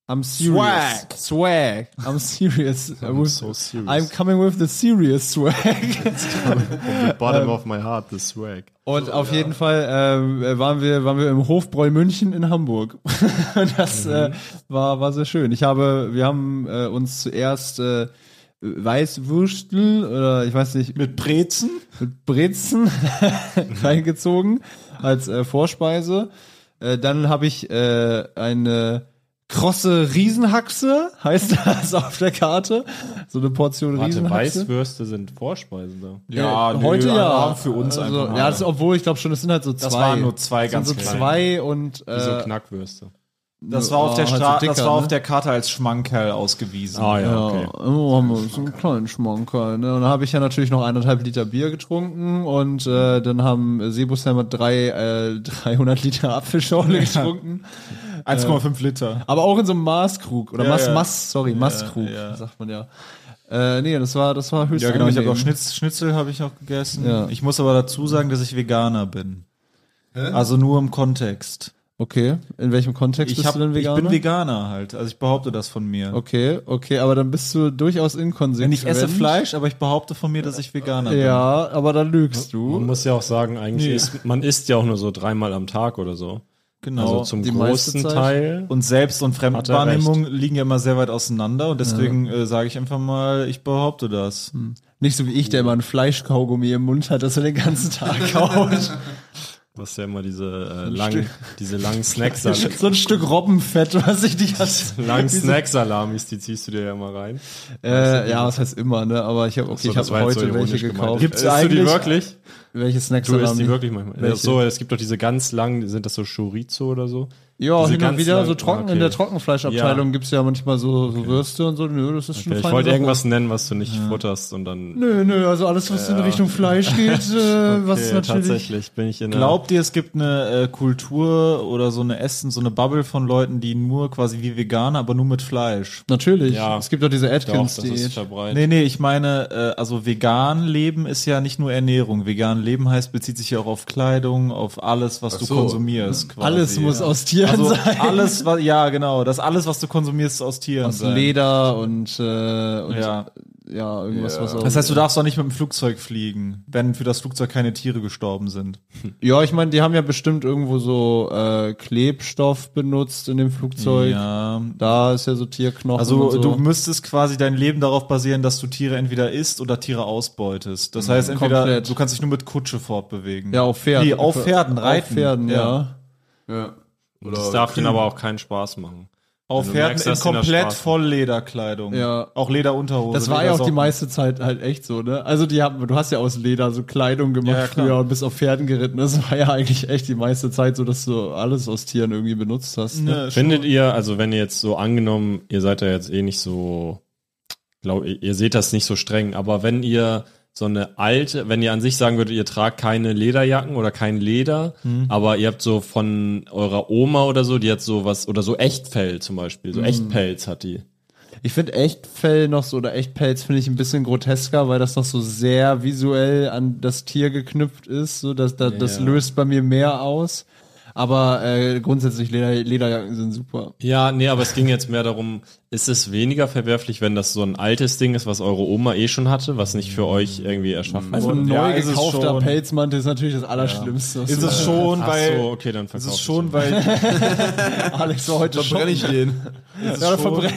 C: I'm serious.
A: Swag.
C: Swag. I'm serious. I'm,
D: so serious.
C: I'm coming with the serious swag.
D: The bottom
C: äh,
D: of my heart, the swag.
C: Und auf jeden Fall ähm, waren, wir, waren wir im Hofbräu München in Hamburg.
E: Mhm.
C: Und das äh, war, war sehr schön. Ich habe, wir haben äh, uns zuerst äh, Weißwürstel oder ich weiß nicht,
E: Mit Brezen?
C: mit Brezen reingezogen als äh, Vorspeise. Äh, dann habe ich äh, eine krosse Riesenhaxe, heißt das auf der Karte. So eine Portion
D: Warte,
C: Riesenhaxe.
D: Weißwürste sind Vorspeisen da.
E: Ja, nö,
C: Äh, heute ja. Also,
E: Abend für uns einfach mal.
C: Ja, das, obwohl ich glaube schon, das sind halt so zwei.
E: Das waren nur zwei
C: Das sind
E: ganz
C: so
E: kleine.
C: zwei und äh,
D: Wie so Knackwürste.
C: oh,
E: Das war auf der
C: halt so
E: Stra das
C: dicker,
E: war auf
C: ne?
E: der Karte als Schmankerl ausgewiesen.
D: ah
C: Ja, oh, haben wir so einen kleinen Schmankerl. Ne? Und dann habe ich ja natürlich noch eineinhalb Liter Bier getrunken und äh, dann haben Sebushammer drei, äh, 300 Liter Apfelschorle getrunken.
E: 1,5 Liter.
C: Aber auch in so einem Maßkrug. Oder Maß,
E: ja.
C: Maß, sorry, Maßkrug, sagt man ja. Äh, nee, das war, das war höchst
E: Ja, genau, ich habe
C: angenehm.
E: auch Schnitz, Schnitzel habe ich noch gegessen.
C: Ja.
E: Ich muss aber dazu sagen, dass ich Veganer bin. Also nur im Kontext.
C: Okay, in welchem Kontext
E: Ich,
C: bist
E: hab,
C: du denn
E: ich
C: Veganer? Oh.
E: bin Veganer halt. Also ich behaupte das von mir.
C: Okay, okay, aber dann bist du durchaus inkonsequent.
E: Ich esse Fleisch, aber ich behaupte von mir, dass ich Veganer bin.
C: Ja, aber dann lügst
D: Man
C: du.
D: muss ja auch sagen, eigentlich ist, man isst ja auch nur so dreimal am Tag oder so.
E: Genau.
D: Also zum
C: die meiste
D: großen
C: Zeit.
D: Teil.
E: und Selbst- und
D: Hat er recht.
E: Fremdwahrnehmung liegen ja immer sehr weit auseinander und deswegen äh, sage ich einfach mal, ich behaupte das.
C: Hm. Nicht so wie ich, der immer ein Fleischkaugummi im Mund hat, dass er den ganzen Tag kaut.
D: Das ist ja immer diese, äh, langen, diese langen Snack-Sal
C: so ein Stück Robbenfett, was ich die ganze
D: langen Snack-Salamis, die ziehst du dir ja mal rein.
C: äh, Ja, was heißt immer, ne? Aber ich habe okay,
D: So,
C: ich
D: das
C: habe
D: war jetzt
C: heute welche
D: ironisch gemeint.
C: gekauft. Äh,
D: Isst du die wirklich?
C: welche Snacks
D: Du isst
C: Salami?
D: die wirklich manchmal. Ja,
C: Welche?
D: so, es gibt doch diese ganz langen, sind das so Chorizo oder so?
C: Ja,
D: Diese
C: hin und
D: ganz
C: wieder
D: lang-
C: so trocken.
D: okay.
C: In der Trockenfleischabteilung
D: Ja.
C: gibt's ja manchmal so, so Würste und so. Nö, das ist schon
D: Ja,
C: eine
D: ich
C: feine
D: wollte
C: Sache.
D: irgendwas nennen, was du nicht futterst und dann.
C: Nö, nö, also alles, was in Richtung Fleisch geht, äh, was
D: Okay,
C: natürlich.
D: tatsächlich bin ich in der-
E: Glaubt ihr, es gibt eine äh, Kultur oder so eine Essen, so eine Bubble von Leuten, die nur quasi wie Veganer, aber nur mit Fleisch?
C: Natürlich.
D: Ja.
C: Es gibt doch diese
D: Doch, das ist
C: Atkins-Diät.
D: verbreitet.
E: Nee, nee, ich meine, äh, also vegan leben ist ja nicht nur Ernährung. Vegan leben heißt, bezieht sich ja auch auf Kleidung, auf alles, was du
B: so.
E: konsumierst. Quasi.
C: Hm. Alles muss aus Tieren
E: also
C: sein.
E: alles, was, ja genau, das alles, was du konsumierst, ist aus Tieren
C: Aus
E: sein.
C: Leder und, äh, und ja.
E: Ja.
C: irgendwas, was auch.
E: Das heißt, du darfst doch nicht mit dem Flugzeug fliegen, wenn für das Flugzeug keine Tiere gestorben sind.
C: ja, ich meine, die haben ja bestimmt irgendwo so äh, Klebstoff benutzt in dem Flugzeug.
E: Ja.
C: Da ist ja so Tierknochen.
E: Also
C: und so.
E: du müsstest quasi dein Leben darauf basieren, dass du Tiere entweder isst oder Tiere ausbeutest. Das heißt, entweder
C: Mhm. komplett.
E: du kannst dich nur mit Kutsche fortbewegen.
C: ja, auf Pferden.
E: Nee, auf Pferden, reiten.
C: Auf Pferden, ja.
B: Ja. Oder
D: Das darf denen aber auch keinen Spaß machen.
E: Auf
D: du
E: Pferden
D: merkst,
E: in
D: dass die in der
E: komplett
D: Straße-
E: voll Lederkleidung.
C: Ja.
E: Auch Lederunterhose.
C: Das war ja auch die
E: Ledersocken.
C: meiste Zeit halt echt so, ne? Also die haben, du hast ja aus Leder so Kleidung gemacht
E: Ja, ja, klar.
C: früher und bist auf Pferden geritten. Das war ja eigentlich echt die meiste Zeit so, dass du alles aus Tieren irgendwie benutzt hast. Ne?
E: Ne,
D: Findet ihr, also wenn ihr jetzt so angenommen, ihr seid ja jetzt eh nicht so, glaub, ihr ihr seht das nicht so streng, aber wenn ihr so eine alte, wenn ihr an sich sagen würdet, ihr tragt keine Lederjacken oder kein Leder,
E: Mhm.
D: aber ihr habt so von eurer Oma oder so, die hat so was, oder so Echtfell zum Beispiel,
E: Mhm.
D: so Echtpelz hat die.
C: Ich finde Echtfell noch so oder Echtpelz finde ich ein bisschen grotesker, weil das noch so sehr visuell an das Tier geknüpft ist. So, dass, da, das löst bei mir mehr aus. Aber äh, grundsätzlich Leder, Lederjacken sind super.
D: Ja, nee, aber es ging jetzt mehr darum, ist es weniger verwerflich, wenn das so ein altes Ding ist, was eure Oma eh schon hatte, was nicht
E: Mhm.
D: für euch irgendwie erschaffen
C: Also
D: wurde?
C: ein neu
E: ja, ist es
C: gekaufter
E: schon.
C: Pelzmantel ist natürlich das Allerschlimmste.
E: Ist es schon,
D: Ach
E: weil.
D: so, okay, dann
E: Es
D: verkauft
E: ist schon, weil,
C: Alex war heute schon.
B: Verbrenne ich den.
C: Ja, verbrenne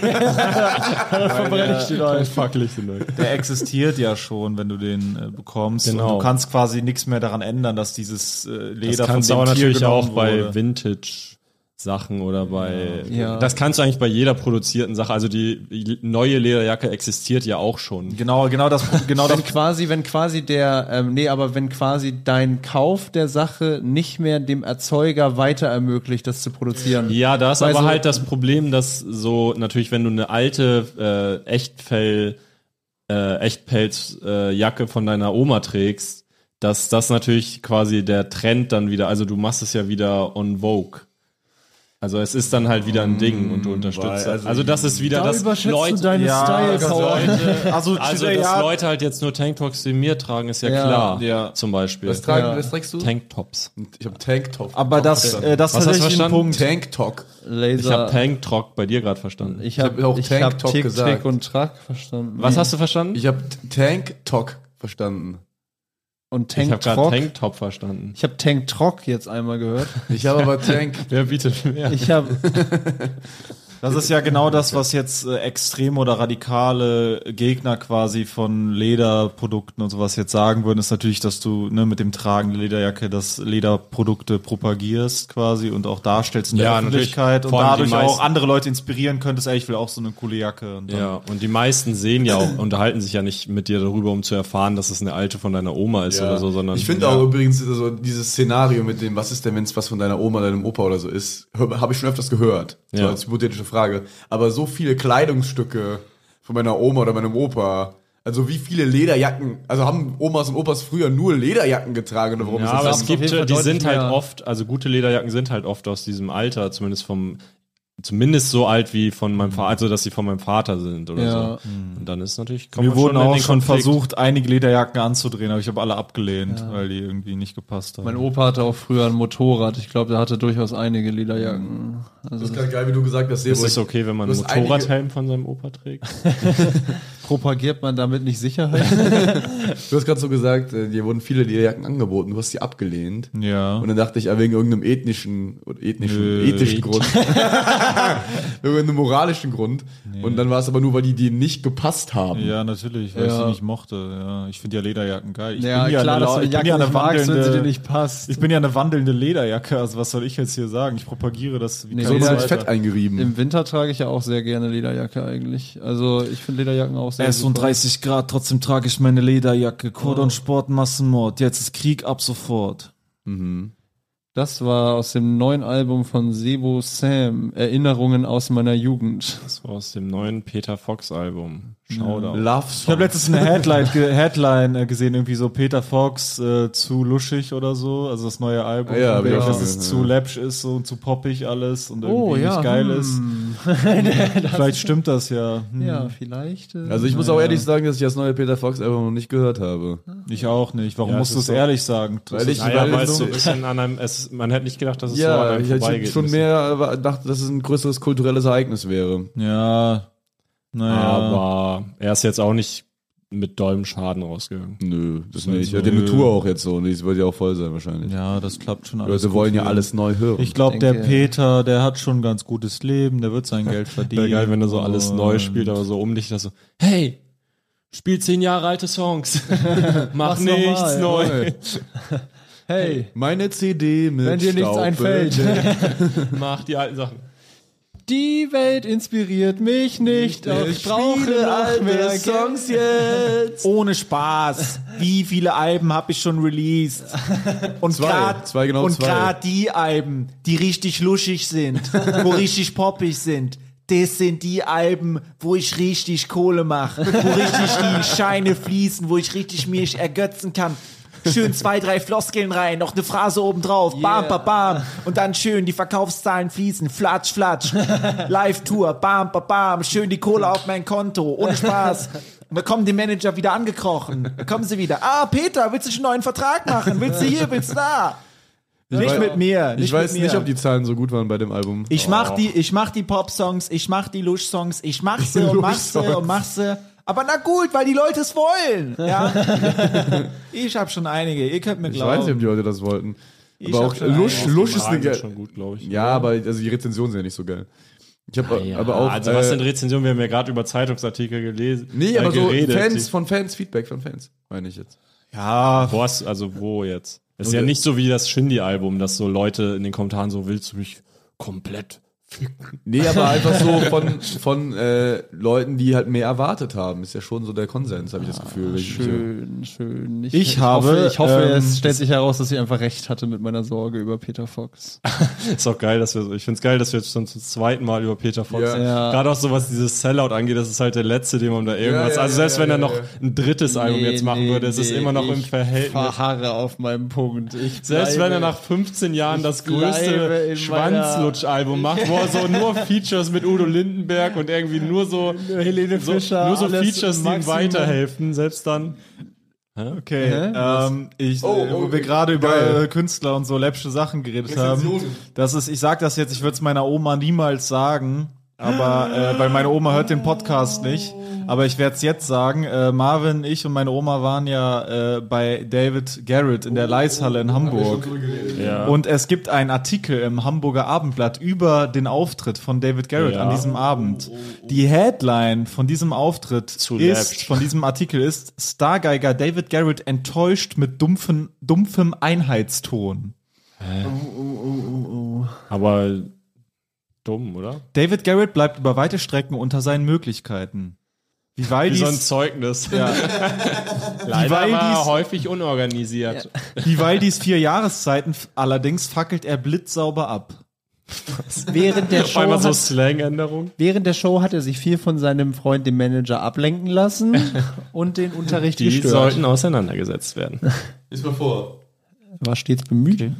C: ich die Leute.
D: Facklich sind Leute.
E: der existiert ja schon, wenn du den äh, bekommst. Und
D: Genau.
E: du kannst quasi nichts mehr daran ändern, dass dieses äh, Leder
D: Das kannst du
E: von dem
D: aber
E: Tier
D: natürlich
E: genommen
D: auch bei
E: wurde.
D: Vintage Sachen oder bei
C: Ja.
D: das kannst du eigentlich bei jeder produzierten Sache, also die neue Lederjacke existiert ja auch schon.
E: Genau, genau das, genau das
C: Wenn quasi, wenn quasi der, ähm, nee, aber wenn quasi dein Kauf der Sache nicht mehr dem Erzeuger weiter ermöglicht, das zu produzieren.
D: Ja, da ist
C: Weil
D: aber
C: so-
D: halt das Problem, dass so natürlich, wenn du eine alte äh, Echtfell, äh, Echtpelzjacke äh, Jacke von deiner Oma trägst, dass das natürlich quasi der Trend dann wieder, also du machst es ja wieder on Vogue. Also es ist dann halt wieder ein Ding
E: Mm,
D: und du unterstützt.
B: weil-
D: das. also das ist wieder
C: Da
D: das
C: überschätzt
D: Leute,
C: du deine
E: Ja,
C: Style-Power.
E: Leute, also,
D: Also, dass Leute halt jetzt nur Tanktops wie mir tragen, ist ja,
C: Ja,
D: klar.
E: ja.
D: Zum Beispiel.
B: Was, tragen,
C: Ja.
B: was trägst du?
D: Tanktops.
B: Ich habe Tanktop.
E: aber das, äh, das
D: Was hast du
E: tatsächlich ein
D: verstanden?
E: Punkt.
B: Tanktok.
C: Laser.
D: Ich habe Tanktrock bei dir gerade verstanden.
C: ich hab,
B: Ich hab auch
C: ich
B: Tanktop
C: hab Tick,
B: gesagt.
C: Tick und Track verstanden.
D: Was hast du verstanden?
B: Ich habe Tanktok verstanden.
C: Und
D: Ich
C: Tank
D: hab gerade
C: Trock.
D: Tanktop verstanden.
C: Ich habe Tank Trock jetzt einmal gehört.
B: Ich habe aber Tank.
D: Wer bietet mehr?
C: Ich habe
E: Das ist ja genau das, was jetzt äh, extrem oder radikale Gegner quasi von Lederprodukten und sowas jetzt sagen würden, ist natürlich, dass du ne, mit dem Tragen der Lederjacke das Lederprodukte propagierst quasi und auch darstellst in der
D: Ja,
E: Öffentlichkeit
D: natürlich.
E: und
D: Vor allem
E: dadurch
D: die
E: auch
D: meisten-
E: andere Leute inspirieren könntest, ey, ich will auch so eine coole Jacke. Und dann-
D: Ja, und die meisten sehen ja auch, unterhalten sich ja nicht mit dir darüber, um zu erfahren, dass es eine alte von deiner Oma ist oder so, sondern.
B: ich finde auch übrigens also dieses Szenario mit dem, was ist denn, wenn es was von deiner Oma, deinem Opa oder so ist, habe ich schon öfters gehört. So
D: Ja.
B: als hypothetische Frage. Aber so viele Kleidungsstücke von meiner Oma oder meinem Opa. Also wie viele Lederjacken, also haben Omas und Opas früher nur Lederjacken getragen oder warum
D: Ja,
B: ist das
D: aber
B: das
D: es gibt,
C: jeden Fall
D: die sind
C: deutlich
D: halt
C: mehr.
D: oft, also gute Lederjacken sind halt oft aus diesem Alter, zumindest vom, zumindest so alt wie von meinem Vater, also dass sie von meinem Vater sind oder
C: Ja.
D: so. Und dann ist natürlich, kommt
E: Wir
D: man
E: wurden
D: in
E: auch
D: den
E: schon
D: Konflikt.
E: versucht, einige Lederjacken anzudrehen, aber ich habe alle abgelehnt, weil die irgendwie nicht gepasst haben.
C: Mein Opa hatte auch früher ein Motorrad. Ich glaube, der hatte durchaus einige Lederjacken. Also
B: Das ist gerade geil, wie du gesagt hast,
D: Ist es okay, wenn man
B: Du
D: einen
B: hast einige-
D: Motorradhelm von seinem Opa trägt?
C: propagiert man damit nicht Sicherheit?
B: Du hast gerade so gesagt, äh, dir wurden viele Lederjacken angeboten, du hast sie abgelehnt.
E: Ja.
B: Und dann dachte ich, ah, wegen irgendeinem ethnischen, oder ethnischen, ethischen Grund. wegen einem moralischen Grund. Und dann war es aber nur, weil die dir nicht gepasst haben.
E: Ja, natürlich, weil ich
C: Ja.
E: sie nicht mochte. Ja, ich finde ja Lederjacken geil. Ich
C: ja,
E: bin ja
C: klar,
E: eine,
C: dass
E: Lau-
C: du die
E: ich bin
C: Jacke
E: ja eine
C: nicht magst, wenn sie dir
E: wandelnde,
C: nicht passt.
E: ich bin ja eine wandelnde Lederjacke. Also was soll ich jetzt hier sagen? Ich propagiere das. Wie
C: Nee,
E: nee,
B: So
E: so
B: ist halt
E: weiter.
B: Fett eingerieben.
C: Im Winter trage ich ja auch sehr gerne Lederjacke eigentlich. Also ich finde Lederjacken auch sehr
E: Es ist um 30 Grad, trotzdem trage ich meine Lederjacke. Cordon Sport, Massenmord. Jetzt ist Krieg ab sofort.
C: Das war aus dem neuen Album von Sebo Sam, Erinnerungen aus meiner Jugend.
D: Das war aus dem neuen Peter Fox Album. Schau da.
B: Love
E: Ich habe letztens eine Headline, ge Headline äh, gesehen, irgendwie so Peter Fox äh, zu luschig oder so, also das neue Album,
B: Ja, hab ich auch
E: dass
B: schon
E: es
B: gesehen,
E: zu
B: ja.
E: läppsch ist und zu poppig alles und irgendwie
C: Oh, ja,
E: nicht geil
C: hm.
E: ist. Vielleicht stimmt das ja. Hm.
C: Ja, vielleicht. äh,
B: Also ich muss auch ehrlich sagen, dass ich das neue Peter Fox Album noch nicht gehört habe.
E: Ich auch nicht. Warum
D: Ja, es
E: musst du
D: ist
E: es
D: so-
E: ehrlich sagen?
B: Weil ich-
D: Naja,
B: Weil
D: weil es
B: es
D: so ein
B: so-
D: bisschen an einem, es, man hätte nicht gedacht, dass es so an
B: Ja,
D: einem
B: ich hätte
D: vorbeigeht.
B: schon mehr gedacht, dass es ein größeres kulturelles Ereignis wäre.
E: ja. Naja.
D: Aber er ist jetzt auch nicht mit dollem Schaden rausgegangen.
B: Nö, das nicht. Ja, die Tour auch jetzt so und die wird ja auch voll sein wahrscheinlich.
E: Ja, das klappt schon
B: Die
E: alles.
B: Leute wollen
E: gut
B: ja
E: für ihn.
B: alles neu hören.
E: Ich glaube, der
C: denke-
E: Peter, der hat schon ein ganz gutes Leben, der wird sein Geld verdienen.
D: Wäre geil, wenn du so alles neu
E: Und-
D: spielst, aber so um dich, dass so, hey, spiel zehn Jahre alte Songs. Mach
C: Mach's
D: nichts
C: nochmal.
D: neu.
C: Hey,
B: Meine CD mit
C: wenn dir nichts
B: Staub
C: einfällt.
D: Mach die alten Sachen.
C: Die Welt inspiriert mich nicht. Auch ich brauche noch mehr Songs.
B: jetzt.
E: Ohne Spaß. Wie viele Alben habe ich schon released? Und
B: Zwei.
E: grad-
B: Zwei, genau
E: und
B: zwei.
E: gerade die Alben, die richtig luschig sind, wo richtig poppig sind. Das sind die Alben, wo ich richtig Kohle mache, wo richtig die Scheine fließen, wo ich richtig mich ergötzen kann. Schön zwei, drei Floskeln rein, noch eine Phrase obendrauf, bam, bam, bam. Und dann schön die Verkaufszahlen fließen, flatsch, flatsch. Live-Tour, bam, bam, bam. Schön die Kohle auf mein Konto, ohne Spaß. Und da kommen die Manager wieder angekrochen. Da kommen sie wieder. Ah, Peter, willst du schon einen neuen Vertrag machen? Willst du hier, willst du da? Nicht
B: weiß-
E: mit mir. Nicht
B: Ich weiß
E: mit mir.
B: nicht, ob die Oh. Zahlen so gut waren bei dem Album.
E: Ich mach die, ich mach die Pop-Songs, ich mach die Lush-Songs, ich mach sie und mach sie und mach sie. Aber na gut, weil die Leute es wollen. Ja? ich hab schon einige, ihr könnt mir
B: ich weiß nicht, ob
E: glauben.
B: die Leute das wollten.
E: Ich
B: aber
E: hab
B: auch
E: schon
B: Lusch,
E: einen.
B: Lusch ist eine
D: Fragen sind
B: geile.
D: schon gut, glaube ich.
B: Ja, aber also die Rezensionen sind ja nicht so geil. Ich habe aber auch.
D: also was sind Rezensionen? Wir haben ja gerade über Zeitungsartikel gelesen.
B: Äh, nee,
D: äh,
B: aber so
D: geredet.
B: Fans von Fans, Feedback von Fans, meine ich jetzt.
E: Ja,
D: Wo hast, also wo jetzt? Es ist ja nicht so wie das Shindy-Album, dass so Leute in den Kommentaren so, willst du mich komplett ficken?
B: Nee, aber einfach so von, von äh, Leuten, die halt mehr erwartet haben. Ist ja schon so der Konsens, habe ich
D: Ah,
B: das Gefühl. wenn ich mich so-
C: Schön, schön. Ich,
E: habe,
C: Hoffe, ich hoffe,
E: ähm,
C: es stellt sich heraus, dass ich einfach recht hatte mit meiner Sorge über Peter Fox.
D: Ist auch geil, dass wir so, ich find's geil, dass wir jetzt schon zum zweiten Mal über Peter Fox
B: Ja.
D: reden.
C: Ja.
D: Gerade auch so, was dieses Sellout angeht, das ist halt der letzte, dem man da irgendwas,
B: Ja, ja,
D: also
B: ja,
D: selbst
B: ja,
D: wenn er
B: ja,
D: noch
B: ja.
D: ein drittes Album
C: Nee,
D: jetzt machen
C: nee,
D: würde, es ist
C: nee,
D: immer noch im
C: ich
D: Verhältnis.
C: Verharre auf meinem Punkt. Ich
D: Selbst wenn er
C: bleibe-
D: nach 15 Jahren das
C: bleibe in
D: größte
C: meiner-
D: Schwanzlutsch-Album macht, wo er so nur Features mit Udo Lindenberg und irgendwie nur so,
C: Helene
D: so,
C: Fischer,
D: nur so
C: alles
D: Features, die ihm
C: Maximum.
D: weiterhelfen, selbst dann.
E: Okay, ähm, ich,
B: Oh,
E: äh, wo
B: oh,
E: wir gerade
B: geil.
E: über Künstler und so läppsche Sachen geredet haben.
B: Rezensionen.
E: Das ist, ich sag das jetzt, ich würde es meiner Oma niemals sagen,
A: Aber äh, weil meine Oma hört den Podcast nicht. Aber ich werde es jetzt sagen. Äh, Marvin, ich und meine Oma waren ja äh, bei David Garrett in der
B: Oh,
A: Leishalle in Hamburg.
D: Ja.
A: Und es gibt einen Artikel im Hamburger Abendblatt über den Auftritt von David Garrett
D: Ja.
A: an diesem Abend. Die Headline von diesem Auftritt ist,
D: Zuletzt.
A: von diesem Artikel ist Stargeiger David Garrett enttäuscht mit dumpfen, dumpfem Einheitston.
D: Aber dumm, oder?
A: David Garrett bleibt über weite Strecken unter seinen Möglichkeiten. Vivaldis,
D: Zeugnis. Ja. Leider
A: Weil dies-
D: war häufig unorganisiert.
A: Vivaldis vier Jahreszeiten f- allerdings fackelt er blitzsauber ab.
C: Während der
D: Auf einmal
C: Show,
D: so
C: hat,
D: Slang-Änderung.
C: während der Show hat er sich viel von seinem Freund, dem Manager, ablenken lassen und den Unterricht
D: Die
C: gestört.
D: sollten auseinandergesetzt werden.
B: Lies mal vor.
C: War stets bemüht.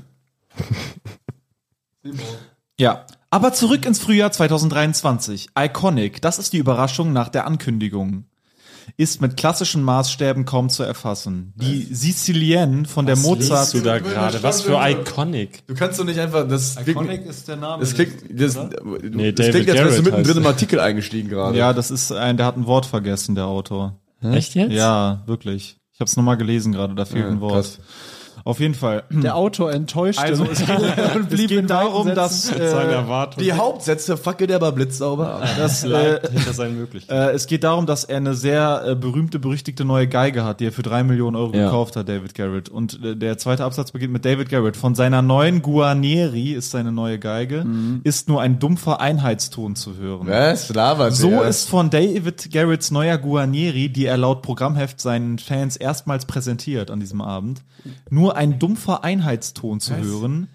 A: Ja. Aber zurück ins Frühjahr 2023. Iconic, das ist die Überraschung nach der Ankündigung. Ist mit klassischen Maßstäben kaum zu erfassen. Die Sicilienne von der
D: Liest du
A: Mozart.
D: da gerade? Was für Iconic.
B: Du kannst doch nicht einfach. Das klingt,
C: ist der Name.
B: das klingt, das,
D: Nee,
B: das klingt als
D: David
B: wärst du
D: Garrett heißt
B: mittendrin im
D: er.
B: Artikel eingestiegen gerade.
A: Ja, das ist ein, der hat ein Wort vergessen, der Autor.
D: Echt jetzt?
A: Ja, wirklich. Ich hab's nochmal gelesen gerade, da fehlt
B: Ja,
A: ein Wort.
B: krass.
A: Auf jeden Fall.
C: Der Autor enttäuschte.
A: Also es geht,
C: und
A: es
C: blieb in
A: geht darum,
C: darum,
A: dass,
D: Seine
A: äh,
D: Erwartung. Ah,
B: Die Hauptsätze fackelt er aber blitzsauber ab.
A: dass äh,
D: hinter seinen
A: äh,
D: Möglichkeiten.
A: es geht darum, dass er eine sehr äh, berühmte, berüchtigte neue Geige hat, die er für drei Millionen Euro
B: Ja.
A: gekauft hat, David Garrett. Und äh, der zweite Absatz beginnt mit David Garrett. Von seiner neuen Guarneri ist seine neue Geige, ist nur ein dumpfer Einheitston zu hören.
B: Was? Labert
A: So
B: der?
A: ist von David Garretts neuer Guarnieri, die er laut Programmheft seinen Fans erstmals präsentiert an diesem Abend, nur ein dumpfer Einheitston zu hören.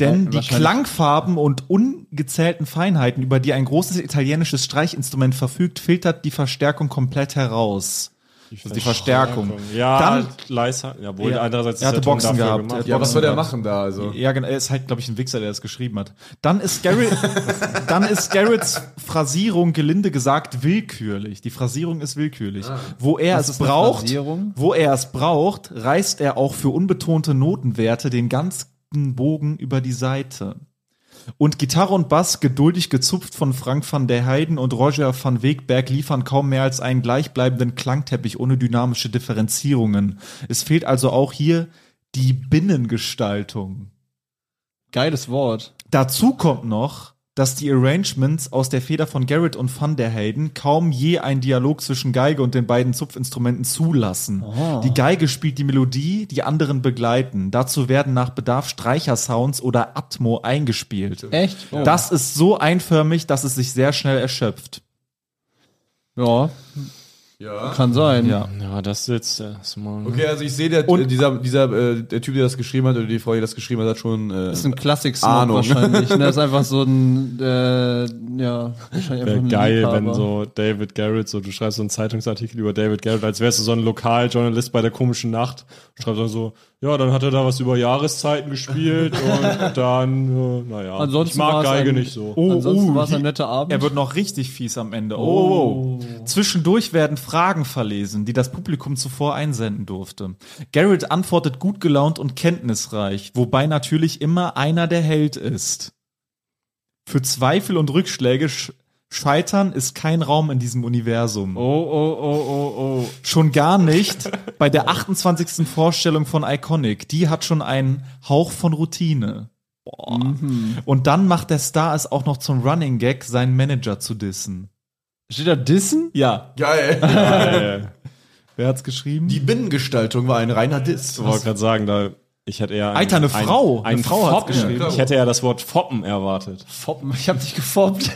A: Denn die Klangfarben und ungezählten Feinheiten, über die ein großes italienisches Streichinstrument verfügt, filtert die Verstärkung komplett heraus. Also die Verstärkung.
D: Ja,
A: Dann-
D: dann, leiser. Jawohl,
A: Ja.
D: andererseits
A: Er hatte
D: der Ton
A: Boxen
D: dafür
A: gehabt.
D: gemacht.
A: Er
B: Ja,
A: hat
B: was soll der machen da? Also?
A: Ja, genau, er ist halt, glaube ich, ein Wichser, der das geschrieben hat. Dann ist Garrett, dann ist Garretts Phrasierung gelinde gesagt willkürlich. Die Phrasierung ist willkürlich. Wo er es
C: eine
A: braucht,
C: Phrasierung?
A: wo er es braucht, reißt er auch für unbetonte Notenwerte den ganzen Bogen über die Seite. Und Gitarre und Bass, geduldig gezupft von Frank van der Heiden und Roger van Wegberg, liefern kaum mehr als einen gleichbleibenden Klangteppich ohne dynamische Differenzierungen. Es fehlt also auch hier die Binnengestaltung.
C: Geiles Wort.
A: Dazu kommt noch, dass die Arrangements aus der Feder von Garrett und Van der Hayden kaum je einen Dialog zwischen Geige und den beiden Zupfinstrumenten zulassen. Die Geige spielt die Melodie, die anderen begleiten. Dazu werden nach Bedarf Streichersounds oder Atmo eingespielt.
C: Echt? Oh.
A: Das ist so einförmig, dass es sich sehr schnell erschöpft.
C: ja,
B: Ja.
C: kann sein.
A: Ja.
D: Ja, das sitzt äh, erstmal.
B: Okay, also ich sehe, der,
A: Und-
B: dieser, dieser, äh, der Typ, der das geschrieben hat, oder die Frau, die das geschrieben hat, hat schon. Äh,
C: Ist ein klassik
B: Ahnung.
C: wahrscheinlich. Ne? Das ist einfach so ein, äh, ja, wahrscheinlich einfach
D: Wäre
C: ein
D: geil, wenn
C: Liebhaber.
D: so David Garrett, so du schreibst so einen Zeitungsartikel über David Garrett, als wärst du so ein Lokaljournalist bei der komischen Nacht. Schreibst dann so, ja, dann hat er da was über Jahreszeiten gespielt und dann, äh, naja,
C: Ansonsten
D: ich mag
C: war's
D: Geige
C: ein-
D: nicht so.
A: Oh,
C: Ansonsten
A: oh,
C: war es ein
A: hier-
C: netter Abend.
A: Er wird noch richtig fies am Ende. Oh. Zwischendurch werden Fragen verlesen, die das Publikum zuvor einsenden durfte. Garrett antwortet gut gelaunt und kenntnisreich, wobei natürlich immer einer der Held ist. Für Zweifel und Rückschläge sch scheitern ist kein Raum in diesem Universum.
C: oh, oh, oh, oh, oh.
A: Schon gar nicht bei der 28. Vorstellung von Iconic. Die hat schon einen Hauch von Routine. Boah. Und dann macht der Star es auch noch zum Running Gag, seinen Manager zu dissen.
C: Steht da Dissen?
A: Ja.
B: geil.
D: Äh,
A: Wer hat's geschrieben?
B: Die Binnengestaltung war ein reiner Diss.
D: Ich wollte gerade sagen, da, ich hätte eher. ein-
A: Alter, eine
D: ein-
A: Frau.
D: Ein,
A: Eine Frau hat's
D: Foppen.
A: geschrieben.
D: Ich hätte ja das Wort Foppen erwartet.
C: Foppen. Ich hab dich gefoppt.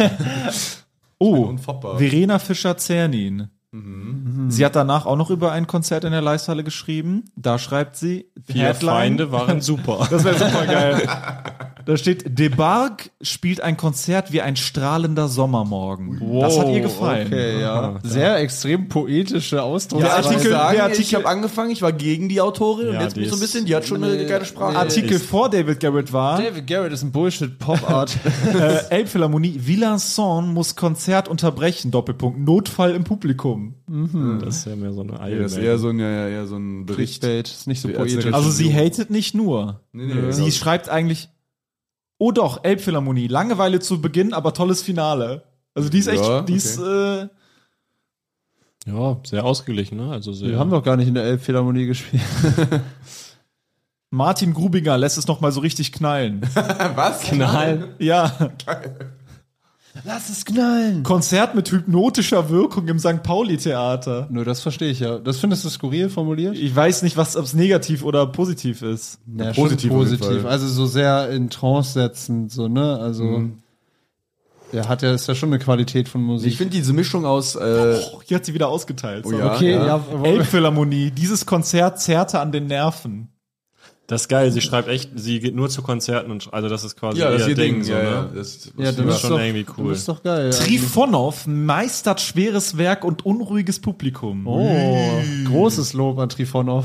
A: oh,
B: Unfassbar.
A: Verena Fischer-Zernin. Sie hat danach auch noch über ein Konzert in der Leisthalle geschrieben. Da schreibt sie
D: Vier Feinde waren super.
A: Das wäre super geil. Da steht, De Barg spielt ein Konzert wie ein strahlender Sommermorgen. das hat ihr gefallen.
C: Okay, ja. Sehr extrem poetische Ausdrucksweise.
B: Der Artikel,
A: der
B: sagen, ich
A: Artikel-
B: habe angefangen, ich war gegen die Autorin und
D: Ja,
B: jetzt
D: die
B: bin ich so ein
D: ist-
B: bisschen, die hat schon eine geile Sprache.
A: Artikel vor David Garrett war,
C: David Garrett ist ein Bullshit-Pop-Art.
A: äh, Elbphilharmonie, Villançon muss Konzert unterbrechen, Doppelpunkt, Notfall im Publikum.
D: Das ist ja mehr so eine Eile.
B: Das ist eher so ein, ja, ja, eher so ein Bericht.
C: Clickbait. Ist nicht so
B: Als
C: poetisch.
B: Rezension.
A: Also sie hatet nicht nur.
B: Nee, nee,
A: Sie
B: genau.
A: schreibt eigentlich, oh doch, Elbphilharmonie, Langeweile zu Beginn, aber tolles Finale.
B: Also die ist echt, ja,
G: Die ist, äh,
D: Ja, sehr ausgeglichen, ne? Also sehr.
C: Wir haben doch gar nicht in der Elbphilharmonie gespielt.
A: Martin Grubinger lässt es nochmal so richtig knallen.
C: Ah,
B: Was?
D: Knall.
A: Ja,
C: Lass es knallen!
A: Konzert mit hypnotischer Wirkung im St. Pauli-Theater.
C: Nö, das verstehe ich ja. Das findest du skurril formuliert?
A: Ich weiß nicht, was, ob es negativ oder positiv ist.
C: Ja,
B: schon positiv auf jeden Fall.
C: Also so sehr in Trance setzend, so, ne? Also. Der hat ja, ist ja schon eine Qualität von Musik.
B: Ich finde diese Mischung aus, äh,
A: Oh, hier hat sie wieder ausgeteilt.
B: oh
A: So.
B: ja,
C: okay, ja.
B: ja.
C: aber-
A: Elbphilharmonie, dieses Konzert zerrte an den Nerven.
D: Das ist geil, sie schreibt echt, sie geht nur zu Konzerten und sch- also das ist quasi
B: Ja, das ist ihr
D: ihr
B: Ding.
D: so,
B: ja,
D: ne?
B: ja. Das,
C: ja,
B: das
C: dann
D: war
C: ist
D: schon
C: doch,
D: irgendwie cool.
C: dann ist doch geil.
A: Trifonov meistert schweres Werk und unruhiges Publikum.
C: Oh, großes Lob an Trifonov.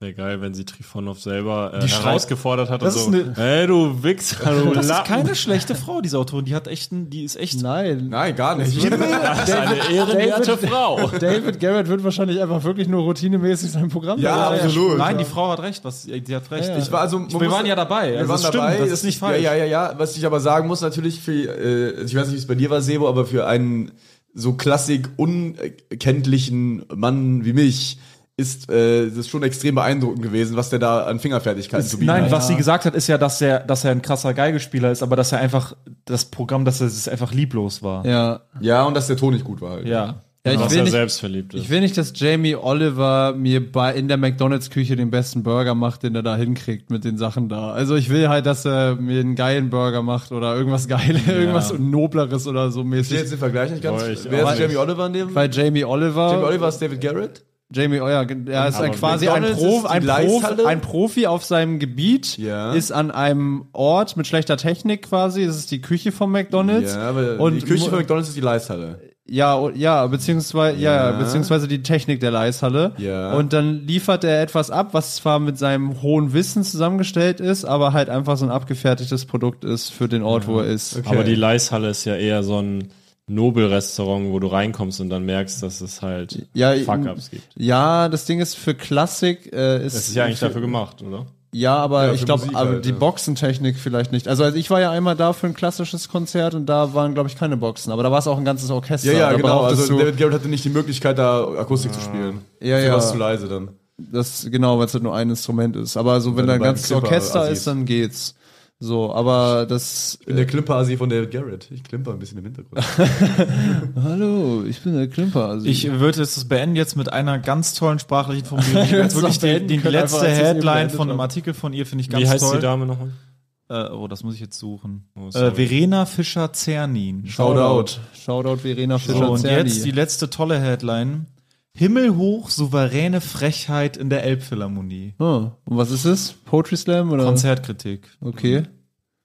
D: Wäre geil, wenn sie Trifonov selber äh,
A: Die schreibt-
D: herausgefordert hat und
A: Das ist
D: so,
A: eine-
D: hey du Wichser, du
A: Das ist
D: Lappen.
A: keine schlechte Frau, diese Autorin. Die hat echt, ein, die ist echt.
C: Nein.
B: Nein, gar nicht.
D: Das ist eine ehrenwerte
C: David-
D: Frau.
C: David Garrett wird wahrscheinlich einfach wirklich nur routinemäßig sein Programm
B: Ja,
C: machen.
B: absolut.
A: Nein, die Frau hat recht. Was, die hat recht.
B: Ich war also,
A: wir waren ja dabei.
B: Wir
A: Also
B: waren
A: es stimmt,
B: dabei.
A: das ist nicht falsch.
B: Ja, ja, ja, ja. Was ich aber sagen muss, natürlich für, äh, ich weiß nicht, wie es bei dir war, Sebo, aber für einen so klassik unkenntlichen Mann wie mich ist äh, das ist schon extrem beeindruckend gewesen, was der da an Fingerfertigkeiten zu bieten
A: Nein,
B: hat.
A: was sie gesagt hat, ist ja, dass er, dass er ein krasser Geigelspieler ist, aber dass er einfach das Programm, dass er es einfach lieblos war.
C: Ja.
B: Ja, und dass der Ton nicht gut war halt.
A: Ja.
C: ja ich,
D: Dass
C: will
D: er
C: nicht,
D: selbstverliebt ist.
C: ich will nicht, dass Jamie Oliver mir bei, in der McDonalds-Küche den besten Burger macht, den er da hinkriegt mit den Sachen da. Also ich will halt, dass er mir einen geilen Burger macht oder irgendwas Geiles, irgendwas Nobleres oder so
B: Ich sehe
C: mäßig.
B: jetzt den Vergleich nicht ganz.
D: Boah, ich-
B: Wer
D: aber
B: ist Jamie Oliver in dem?
C: Bei Jamie Oliver.
B: Jamie Oliver ist David Garrett?
C: Jamie Euer, er ist ein quasi ein,
B: McDonald's ist
C: Prof,
B: die
C: ein, Prof,
B: Gleishalle?
C: ein Profi auf seinem Gebiet,
B: Ja.
C: ist an einem Ort mit schlechter Technik quasi, es ist die Küche von McDonalds.
B: Ja, aber
C: und
B: die Küche
C: mu-
B: von McDonalds ist die Leisthalle.
C: ja, o- ja, beziehungsweise, ja.
B: Ja.
C: beziehungsweise die Technik der Leishalle.
B: Ja.
C: Und dann liefert er etwas ab, was zwar mit seinem hohen Wissen zusammengestellt ist, aber halt einfach so ein abgefertigtes Produkt ist für den Ort, wo er ist.
D: Aber die Leishalle ist ja eher so ein Nobelrestaurant, wo du reinkommst und dann merkst, dass es halt
C: Ja,
D: Fuck-Ups gibt.
C: Ja, das Ding ist für Klassik, äh, ist,
D: Das ist ja eigentlich dafür gemacht, oder?
C: Ja, aber
B: Ja,
C: ich
B: für
C: glaube,
B: Musik
C: aber
B: halt,
C: die
B: ja.
C: Boxentechnik vielleicht nicht. Also, also ich war ja einmal da für ein klassisches Konzert und da waren, glaube ich, keine Boxen, aber da war es auch ein ganzes Orchester.
B: Ja, ja,
C: da
B: genau.
C: brauchtest
B: Also
C: du-
B: David Garrett hatte nicht die Möglichkeit, da Akustik zu spielen.
C: Ja,
B: Für
C: ja.
B: was zu leise dann.
C: das, genau, weil es halt nur ein Instrument ist. Aber so, wenn
B: Wenn
C: da ein
B: du beim
C: ganzes
B: Clipper
C: Orchester
B: Assis.
C: ist, dann geht's. So, aber das.
B: Ich bin der Klimper-Asi von David Garrett. Ich klimper ein bisschen im Hintergrund.
C: äh, Hallo, ich bin der Klimper. Also
A: Ich würde es beenden jetzt mit einer ganz tollen sprachlichen Formulierung. Die
C: würd's
A: jetzt wirklich
C: noch
A: die,
C: beenden
A: die
C: können, einfach,
A: letzte
C: als ich's eben
A: Headline
C: beendet
A: von einem
C: habe.
A: Artikel von ihr finde ich ganz
D: Wie heißt
A: toll.
D: die Dame nochmal?
A: Äh, oh, das muss ich jetzt suchen.
D: Oh, sorry.
A: äh, Verena Fischer-Zernin.
B: Shoutout.
C: Shoutout Verena
A: So, und
C: Fischer-Zerny.
A: jetzt die letzte tolle Headline. Himmelhoch souveräne Frechheit in der Elbphilharmonie.
C: Oh, und was ist es? Poetry Slam oder?
A: Konzertkritik.
C: Okay.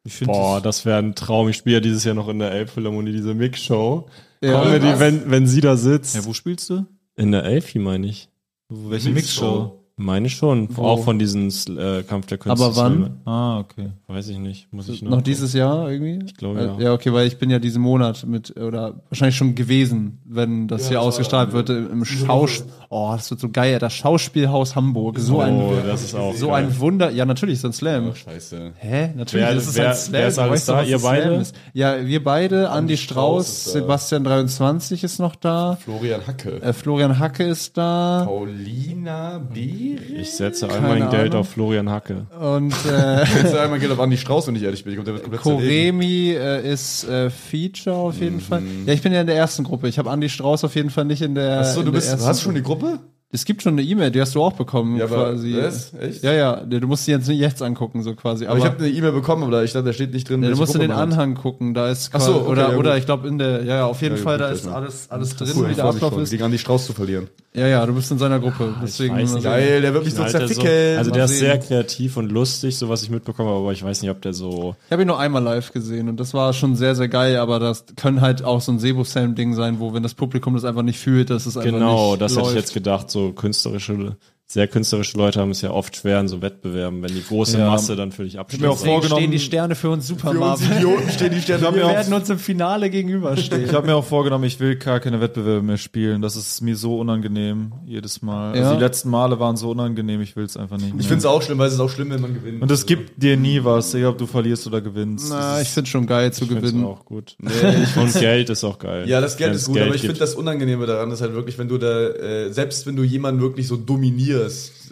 A: Ich finde
D: Boah,
A: das
D: das wäre ein Traum. Ich spiele ja dieses Jahr noch in der Elbphilharmonie diese Mix-Show.
C: Ja.
D: Comedy, wenn, wenn sie da sitzt.
A: ja, wo spielst du?
D: In der Elfi, meine ich.
A: Welche Mixshow?
D: Meine schon.
C: Wo?
D: Auch von diesem äh, Kampf der Künste.
C: Aber wann?
A: Ah, okay.
D: Weiß ich nicht. Muss ich
C: Noch dieses Jahr irgendwie? Ich
D: glaube, ja.
C: Ja, okay, weil ich bin ja diesen Monat mit, oder wahrscheinlich schon gewesen, wenn das hier ausgestrahlt wird, im im Schauspiel. Oh, das wird so geil, das Schauspielhaus Hamburg. So
D: Oh,
C: ein,
D: das ist auch.
C: so
D: geil.
C: ein Wunder. Ja, natürlich ist ein Slam.
B: Scheiße.
C: Hä? Natürlich,
D: Wer-
C: das ist
D: wer-
C: ein Slam.
D: wer ist alles
C: Weißt du,
D: da?
C: was
D: Ihr
C: ein Slam
D: beide?
C: ist? Ja, wir beide. Andi
B: Strauß
C: Strauß,
B: ist da.
C: Sebastian 23 ist noch da.
B: Florian Hacke.
C: Äh, Florian Hacke ist da.
B: Paulina Beer?
D: Ich setze all mein
C: Keine
D: Geld
C: Ahnung.
D: auf Florian Hacke.
C: Und äh,
B: Ich sage mal, geht auf Andi Strauß, wenn ich ehrlich bin. Ich glaub, der wird komplett zerlegen. Mhm.
C: Koremi äh, ist äh, Feature auf jeden Fall. Ja, ich bin ja in der ersten Gruppe. Ich habe Andi Strauß auf jeden Fall nicht in der.
B: Achso,
C: in
B: du
C: der
B: bist,
C: ersten
B: hast du schon die Gruppe?
C: Es gibt schon eine E-Mail, die hast du auch bekommen,
B: Ja, aber-
C: quasi.
B: was? Echt?
C: Ja, ja, du musst die jetzt nicht jetzt angucken, so quasi.
B: Aber
C: Aber,
B: ich habe eine E-Mail bekommen, aber ich dachte, da steht nicht drin.
C: ja, du
B: welche
C: musst in den
B: Gruppe man hat.
C: Anhang gucken, da ist
B: Ach so, okay,
C: oder,
B: ja, gut.
C: oder ich glaube in der, ja, ja, auf jeden
B: Ja,
C: Fall,
B: gut,
C: da
B: das
C: ist
B: war-
C: alles, alles drin,
B: Cool,
C: wie
B: ich
C: der
B: freue mich
C: Ablauf
B: schon,
C: ist.
B: Gegen Andi Strauß zu verlieren.
C: Ja, ja, du bist in seiner Gruppe, deswegen.
D: Ah,
C: also
D: weiß nicht.
B: Geil, der wird mich so
D: Alter, so-
B: zerfickeln.
D: also
B: Mal
D: der ist
B: sehen.
D: sehr kreativ und lustig, so was ich mitbekomme, aber ich weiß nicht, ob der so.
C: Ich habe ihn nur einmal live gesehen und das war schon sehr, sehr geil, aber das können halt auch so ein Sebo-Sam-Ding sein, wo wenn das Publikum das einfach Also nicht fühlt, dass es einfach
D: Genau,
C: nicht
D: das hätte
C: läuft.
D: ich jetzt gedacht, so künstlerische sehr künstlerische Leute haben es ja oft schwer in so Wettbewerben, wenn die große Masse dann völlig abstürzt.
A: auch vorgenommen-
C: stehen die Sterne für uns super, Marvin.
B: Idioten stehen die Sterne
C: Wir werden uns im Finale gegenüberstehen.
A: Ich habe mir auch vorgenommen, ich will gar keine Wettbewerbe mehr spielen. Das ist mir so unangenehm jedes Mal.
C: Ja.
A: Also die letzten Male waren so unangenehm, ich will es einfach nicht mehr.
B: Ich finde es auch schlimm, weil es ist auch schlimm, wenn man gewinnt.
A: Und es gibt dir nie was, egal ob du verlierst oder gewinnst.
C: Na, ich finde schon geil zu
D: Das ist
C: gewinnen.
D: auch gut. Und Geld ist auch geil.
B: ja, das Geld
D: Wenn's
B: ist gut, aber ich
D: gibt.
B: finde das Unangenehme daran ist halt wirklich, wenn du da, äh, selbst wenn du jemanden wirklich so dominierst,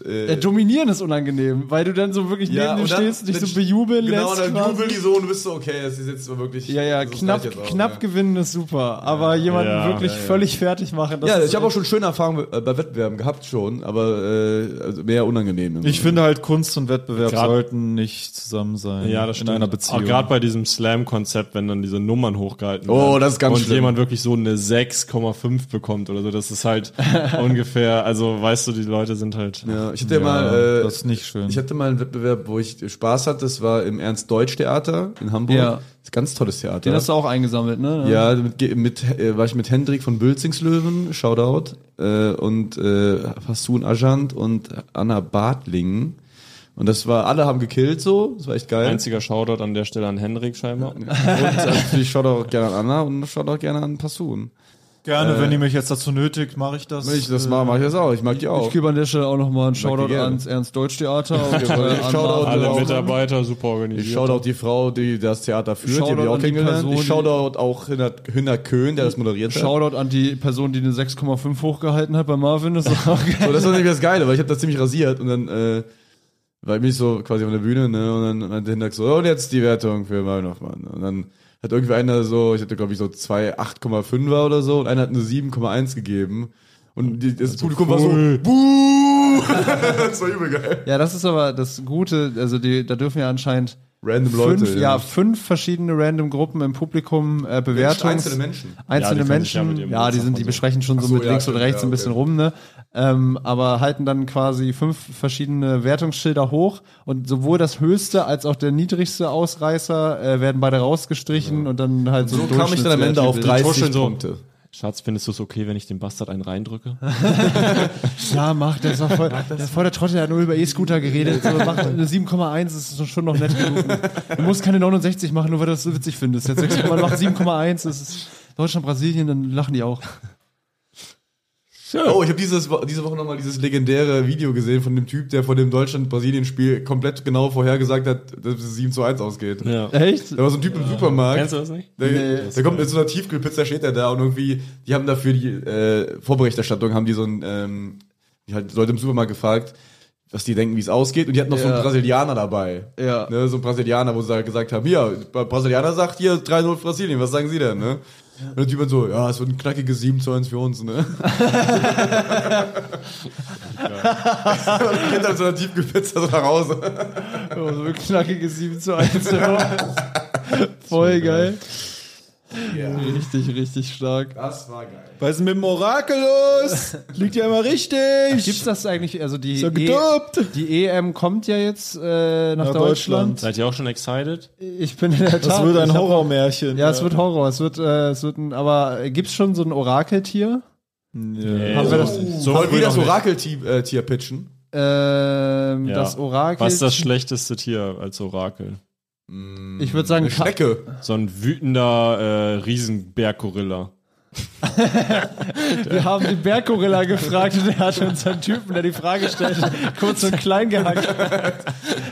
B: äh,
C: Äh, Dominieren ist unangenehm, weil du dann so wirklich neben dir
B: und dann-
C: stehst und dich
B: dann-
C: so bejubeln
B: genau, Genau,
C: lässt.
B: dann
C: quasi.
B: jubeln die so und du bist so, okay, das ist jetzt so wirklich.
C: Ja, ja,
B: das
C: knapp,
B: reicht jetzt auch,
C: knapp
B: ja.
C: gewinnen ist super, aber jemanden
D: Ja,
C: wirklich völlig fertig machen. das
B: Ja,
C: ist
B: ich habe auch schon schöne Erfahrungen äh, bei Wettbewerben gehabt schon, aber äh, also mehr unangenehm.
A: Ich finde halt, Kunst und Wettbewerb
D: Grad-
A: sollten nicht zusammen sein.
D: Ja, das
A: In
D: stimmt.
A: einer Beziehung.
D: Auch gerade bei diesem Slam-Konzept, wenn dann diese Nummern hochgehalten
B: Oh, das ist ganz
D: Und
B: schlimm.
D: jemand wirklich so eine 6,5 bekommt oder so. Das ist halt ungefähr, also weißt du, die Leute sind halt.
B: ja, ich hatte ja, mal, äh,
A: das ist nicht schön.
B: Ich hatte mal einen Wettbewerb, wo ich Spaß hatte. Das war im Ernst-Deutsch-Theater in Hamburg.
C: Ja.
B: Ja. Das ist ein ganz tolles Theater.
C: Den hast du auch eingesammelt, ne?
B: Ja, mit, mit, äh, war ich mit Hendrik von Bülzingslöwen, Shoutout, äh, und äh, Hassun Ajant und Anna Bartling. Und das war, alle haben gekillt so, das war echt geil.
D: Einziger Shoutout an der Stelle an Henrik scheinbar.
B: Und also, ich schaue auch gerne an Anna und schaue auch gerne an Passun.
A: Gerne, wenn ihr mich jetzt dazu nötigt, mache ich das.
B: Wenn ich das mache, mache ich das auch. Ich mag die
C: Ich
B: auch.
C: gebe an der Stelle auch nochmal einen Shoutout
B: gerne.
C: ans Ernst-Deutsch-Theater. und, äh, an
B: Shoutout
C: Marvin.
D: Alle
B: auch.
D: Mitarbeiter super
B: Ich
D: organisiert.
B: schaue auch die Frau, die das Theater führt, die habe
C: Shoutout
B: ich auch
C: an die
B: kennengelernt.
C: Person,
B: ich schaue dort auch Hinner, Hinner Köhn, der das moderiert hat.
C: Shoutout an die Person, die eine 6,5 hochgehalten hat bei Marvin. Das ist auch geil.
B: So, das war nämlich das Geile, weil ich habe das ziemlich rasiert und dann äh, war ich mich so quasi auf der Bühne, ne? Und dann meinte Hindak so, und jetzt die Wertung für Mario Nochmann. Und dann hat irgendwie einer so, ich hatte glaube ich so zwei 8,5er oder so und einer hat eine 7,1 gegeben. Und die, das
C: Also
B: Publikum war so, buh! das war übel geil.
C: Ja, das ist aber das Gute. Also die, da dürfen ja anscheinend
B: Random
C: fünf,
B: Leute.
C: ja, fünf verschiedene random Gruppen im Publikum äh, Bewertungs
B: einzelne Menschen.
C: Einzelne
D: Ja, die können sich ja
C: Menschen,
D: mit
C: ja,
D: ihrem
C: die
D: Geburtstag
C: sind, die
D: und so.
C: besprechen schon so,
B: so,
C: mit
B: ja,
C: links und
B: stimmt,
C: rechts
B: ja,
C: ein bisschen
B: okay.
C: rum, ne? Ähm, aber halten dann quasi fünf verschiedene Wertungsschilder hoch und sowohl das höchste als auch der niedrigste Ausreißer äh, werden beide rausgestrichen und dann halt so,
B: Genau. So
C: ein
B: kam ich dann am
C: Durchschnittswert
B: Ende auf
C: übrig.
B: 30
D: so.
B: Punkte.
D: Schatz, findest du es okay, wenn ich dem Bastard einen reindrücke?
C: Ja, mach, das war voll, das voll der Trottel, der hat nur über E-Scooter geredet. So, mach eine 7,1 ist schon noch nett genug. Du musst keine 69 machen, nur weil du das so witzig findest. Jetzt sagst du, man macht 7,1, das ist Deutschland, Brasilien, dann lachen die auch.
B: Oh, ich habe dieses Wo- diese Woche nochmal dieses legendäre Video gesehen von dem Typ, der vor dem Deutschland-Brasilien-Spiel komplett genau vorhergesagt hat, dass es 7 zu 1 ausgeht.
D: Ja.
C: Echt?
B: Da war so ein Typ im Supermarkt.
D: Kennst du das nicht?
B: Der, der kommt mit so einer Tiefkühlpizza, steht er da und irgendwie, die haben dafür die äh, Vorberichterstattung, haben die so ein, ähm, die halt Leute im Supermarkt gefragt, was die denken, wie es ausgeht. Und die hatten noch so einen Brasilianer dabei.
C: Ja.
B: Ne, so einen Brasilianer, wo sie halt gesagt haben, hier, Bra- Brasilianer sagt hier 3-0 Brasilien, was sagen sie denn? Ne? Und der Typ dann so, ja, es wird ein knackiges 7 zu 1 für uns, ne? Und geht dann so einer Tiefkühlpizza so nach Hause.
C: Oh, so ein knackiges 7 zu 1. Voll geil. Richtig, richtig stark.
B: Das war geil.
A: Was ist mit dem Orakel los? Liegt ja immer richtig.
C: Gibt's das eigentlich, also die,
A: gedopt.
C: die EM kommt ja jetzt äh, nach
A: Nach
C: Deutschland.
A: Deutschland.
D: Seid ihr auch schon excited?
C: Ich bin in der Tat.
A: Das wird
C: ich
A: ein
C: hab-
A: Horrormärchen.
C: Ja, es wird Horror. Es wird, äh, es wird ein, aber gibt's schon so ein Orakeltier?
D: Nee,
C: Haben wir das-
D: so
B: Wollen
D: früh
B: wir
D: noch
B: das
D: nicht.
B: Orakel-Tier äh, Tier pitchen?
C: Ähm,
D: Ja.
C: Das Orakel.
D: Was ist das schlechteste Tier als Orakel?
C: ich würde sagen,
B: Eine
C: Ka
B: Schnecke.
D: So ein wütender äh, Riesenberggorilla.
C: wir haben den Berggorilla gefragt und er hat uns einen Typen, der die Frage stellt, kurz und klein gehackt.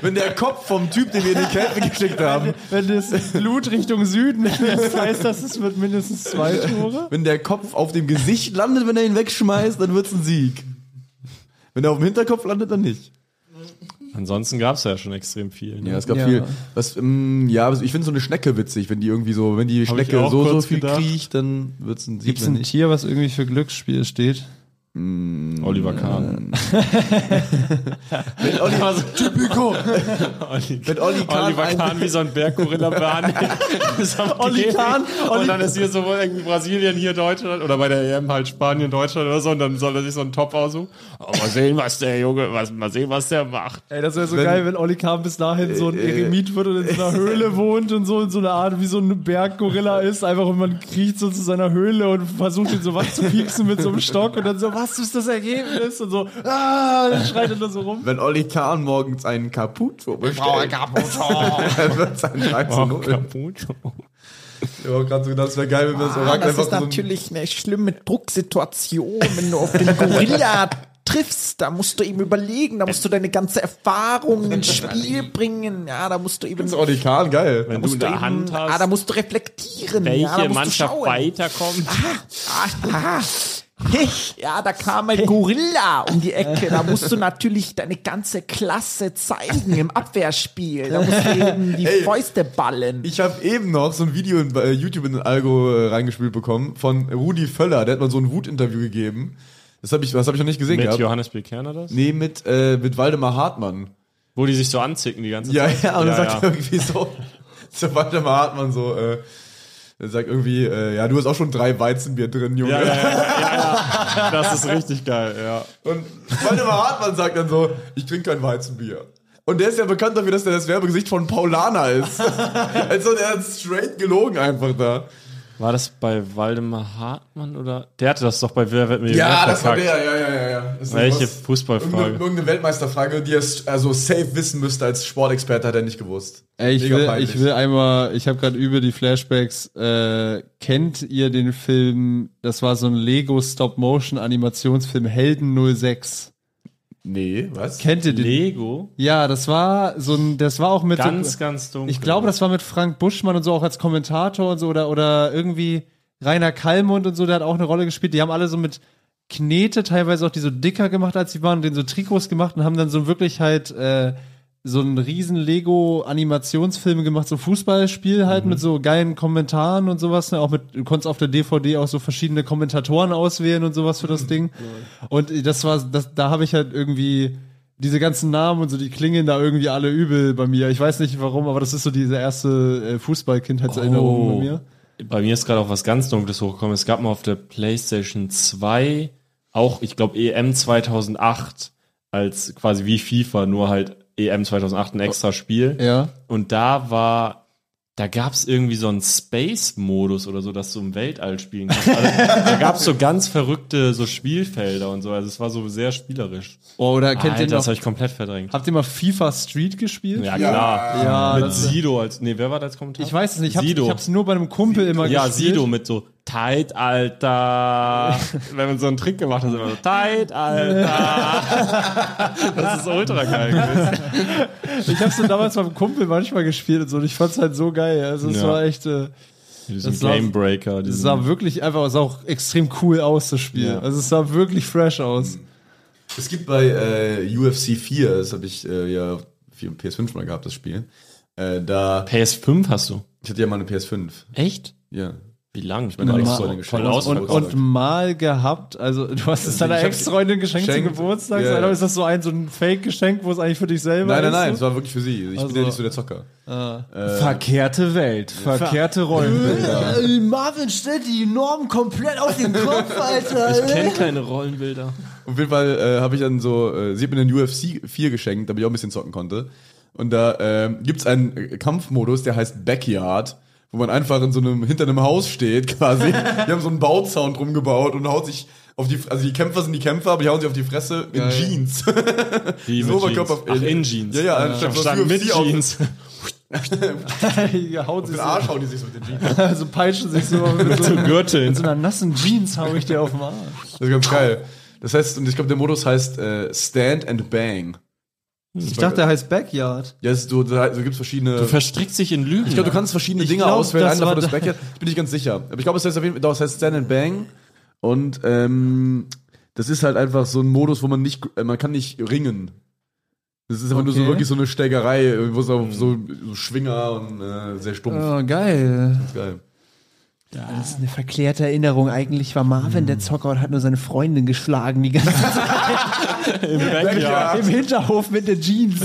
B: Wenn der Kopf vom Typ, den wir in die Kälte geschickt haben,
C: Wenn das Blut Richtung Süden ist, heißt das, es wird mindestens zwei Tore.
B: wenn der Kopf auf dem Gesicht landet, wenn er ihn wegschmeißt, dann wird's ein Sieg. Wenn er auf dem Hinterkopf landet, dann nicht.
D: Ansonsten gab es ja schon extrem viel. Ne?
B: Ja, es gab
C: Ja.
B: viel. Was, ähm, ja, aber ich finde so eine Schnecke witzig, wenn die irgendwie so, wenn die
D: ich
B: Schnecke
D: auch
B: so, so
D: kurz
B: viel
D: gedacht.
B: kriecht, dann wird's ein Sieg.
C: Gibt's
B: wenn
C: ein
B: nicht.
C: Tier, was irgendwie für Glücksspiel steht?
D: Oliver Kahn.
B: Wenn Olli, typico.
D: Oliver
B: Wenn Olli Kahn, ein,
D: Kahn wie so ein Berggorilla behandelt. Oli Kahn. Und dann ist hier sowohl irgendwie Brasilien, hier Deutschland oder bei der EM halt Spanien, Deutschland oder so und dann soll er sich so einen Topf aussuchen. Oh, mal sehen, was der Junge, was, mal sehen, was der macht.
C: Ey, das wäre so geil, wenn Äh, Olli Kahn bis dahin so ein Eremit wird und in so einer Höhle wohnt und so in so einer Art wie so ein Berggorilla ist, einfach und man kriecht so zu seiner Höhle und versucht ihn so was zu pieksen mit so einem Stock und dann so, was was ist das Ergebnis? Und so, ah, dann schreit er nur so rum.
B: Wenn Olli Kahn morgens einen Caputo bestellt, dann wird es ein 3
D: Oh,
B: zu 0.
D: Caputo.
B: Ich habe gerade so gedacht, es wäre geil, wenn wir das Orakel
G: Ah, das
B: Also einfach
G: ist
B: so ein
G: natürlich eine schlimme Drucksituation, wenn du auf den Gorilla triffst. Da musst du eben überlegen, da musst du deine ganze Erfahrung ins Spiel bringen. Ja, da musst du eben.
B: Das ist Olli Kahn, geil.
D: Wenn du
G: musst
D: in
G: du
D: der
G: eben,
D: Hand hast,
G: ah, da musst du reflektieren.
D: welche
G: ja, da musst
D: Mannschaft
G: du schauen.
D: weiterkommt.
G: Ah, hech, ja, da kam ein Gorilla um die Ecke. Da musst du natürlich deine ganze Klasse zeigen im Abwehrspiel. Da musst du eben die Fäuste ballen.
B: Ich habe eben noch so ein Video in, bei YouTube in den Algo äh, reingespielt bekommen von Rudi Völler. Der hat mal so ein Wutinterview gegeben. Das habe ich, das hab ich noch nicht gesehen
D: Mit
B: gehabt.
D: Johannes Bekerner das?
B: Nee, mit, äh, mit Waldemar Hartmann.
D: Wo die sich so anzicken die ganze
B: Ja,
D: Zeit.
B: ja, und dann sagt
D: ja.
B: er irgendwie so, so Waldemar Hartmann so, äh, er sagt irgendwie, äh, ja, du hast auch schon drei Weizenbier drin, Junge.
D: Ja, ja, ja, ja, ja. Das ist richtig geil, ja.
B: Und Waldemar Hartmann sagt dann so, ich trinke kein Weizenbier. Und der ist ja bekannt dafür, dass er das Werbegesicht von Paulana ist. also der hat straight gelogen einfach da.
D: War das bei Waldemar Hartmann oder? Der hatte das doch bei Wer wird Millionär
B: Ja, das war
D: verkackt.
B: der, ja, ja, ja. ja. Das ist
D: Welche
B: was-
D: Fußballfrage?
B: Irgendeine, irgendeine Weltmeisterfrage, die er s- also safe wissen müsste als Sportexperte, hat er nicht gewusst.
C: Ey, ich,
B: Mega
C: will,
B: peinlich.
C: ich will einmal, ich habe gerade über die Flashbacks, äh, kennt ihr den Film, das war so ein Lego Stop-Motion-Animationsfilm, Helden 06.
B: Nee, was?
C: Kennt ihr den?
D: Lego?
C: Ja, das war so ein, das war auch mit...
D: Ganz, ganz dunkel.
C: Ich glaube, das war mit Frank Buschmann und so auch als Kommentator und so oder, oder irgendwie Rainer Kallmund und so, der hat auch eine Rolle gespielt. Die haben alle so mit Knete teilweise auch die so dicker gemacht, als sie waren, und denen so Trikots gemacht und haben dann so wirklich halt äh, so einen riesen Lego-Animationsfilm gemacht, so Fußballspiel halt
D: Mhm.
C: mit so geilen Kommentaren und sowas. Ne? Auch mit, du konntest auf der DVD auch so verschiedene Kommentatoren auswählen und sowas für
D: Mhm.
C: das Ding. Und äh, das war, das, da habe ich halt irgendwie diese ganzen Namen und so, die klingen da irgendwie alle übel bei mir. Ich weiß nicht warum, aber das ist so diese erste äh,
D: Oh.
C: Fußball-Kindheitserinnerung bei mir.
D: Bei mir ist gerade auch was ganz Dunkles hochgekommen. Es gab mal auf der PlayStation 2, auch, ich glaube, EM 2008, als quasi wie FIFA, nur halt EM 2008 ein extra Spiel.
C: Ja.
D: Und da war, da gab's irgendwie so einen Space-Modus oder so, dass du im Weltall spielen kannst. Also, da gab's so ganz verrückte so Spielfelder und so. Also es war so sehr spielerisch.
C: Oh, oder kennt
D: Alter,
C: ihr
D: das
C: noch,
D: habe ich komplett verdrängt.
C: habt ihr mal FIFA Street gespielt?
D: Ja, klar.
C: Ja,
D: mit
C: das-
D: Sido als, nee, wer war da als Kommentar?
C: Ich weiß es nicht, ich hab's,
D: Sido.
C: ich hab's nur bei einem Kumpel immer
D: ja,
C: gespielt.
D: Sido mit so Zeitalter. Wenn man so einen Trick gemacht hat, immer so Zeitalter. das ist ultra geil gewesen.
C: Ich hab's so damals beim Kumpel manchmal gespielt und so und ich fand's halt so geil. Also es
D: Ja.
C: war echt, äh,
D: Diesen
C: Das sah-
D: Gamebreaker.
C: es
D: diesen-
C: sah wirklich einfach, es sah auch extrem cool aus, das Spiel.
D: Ja.
C: Also es sah wirklich fresh aus.
B: Es gibt bei äh, UFC 4, das habe ich äh, ja auf dem PS5 mal gehabt, das Spiel. Äh, da,
D: PS5 hast du.
B: ich hatte ja mal eine PS5.
D: Echt?
B: Ja.
D: Wie lang? Ich
B: Meine
D: bin
B: Ex-
D: auch
B: Ex-Freundin geschenkt.
D: voll aus.
B: Und-
C: Und, und mal gehabt, also du hast es deiner
B: ich hab-
C: Ex-Freundin geschenkt zum
B: Geschenkt,
C: Geburtstag,
B: ja, ja.
C: oder ist das so ein, so ein Fake-Geschenk, wo es eigentlich für dich selber
B: Nein, nein,
C: ist? Äh,
B: nein, es
C: so?
B: war wirklich für sie. Ich
C: Also-
B: bin ja nicht so der Zocker.
C: Verkehrte Welt, verkehrte Rollenbilder.
E: Marvin stellt die Norm komplett auf den Kopf, Alter.
D: Ich
C: Äh.
D: kenne keine Rollenbilder.
B: Auf jeden Fall äh, habe ich dann so, äh, sie hat mir den UFC 4 geschenkt, damit ich auch ein bisschen zocken konnte. Und da ähm, gibt's einen äh, Kampfmodus, der heißt Backyard, wo man einfach in so einem, hinter einem Haus steht quasi. die haben so einen Bauzaun drum gebaut und haut sich auf die, also die Kämpfer sind die Kämpfer, aber die hauen sich auf die Fresse in Jeans.
D: Wie
B: So Oberkörper-
D: Ach, in Jeans.
B: Ja, ja,
D: Ich
B: anstatt
D: hab
B: so
D: verstanden, mit
B: UFC auf-
D: Jeans.
C: Ja, haut
B: Auf
C: sich
B: den
C: so,
B: Arsch hauen die sich so mit den Jeans.
C: also peitschen sich so mit so,
D: Zum Gürtel.
C: mit so einer nassen Jeans hau ich dir auf den Arsch.
B: Das ist ganz geil. Das heißt, und ich glaube, der Modus heißt äh, Stand and Bang.
C: Ich dachte, er heißt Backyard.
B: Ja, es ist so, da so gibt's verschiedene.
D: Du verstrickst dich in Lügen.
B: Ich glaube, du kannst verschiedene Dinge
C: glaub,
B: auswählen.
C: das
B: Einer davon
C: war
B: ist
C: da-
B: Backyard. Bin ich ganz sicher. Aber ich glaube, es heißt auf jeden Fall, doch, es heißt Stand and Bang. Und ähm, das ist halt einfach so ein Modus, wo man nicht, äh, man kann nicht ringen. Das ist einfach nur so
C: Okay.
B: wirklich so eine Steigerei, wo es auch so, so Schwinger und äh, sehr stumpf.
C: geil.
B: Ist Geil.
G: Oh, Das ist eine verklärte Erinnerung. Eigentlich war
C: Hm.
G: Marvin der Zocker und hat nur seine Freundin geschlagen die ganze Zeit
D: Backyard.
G: im Hinterhof mit den Jeans.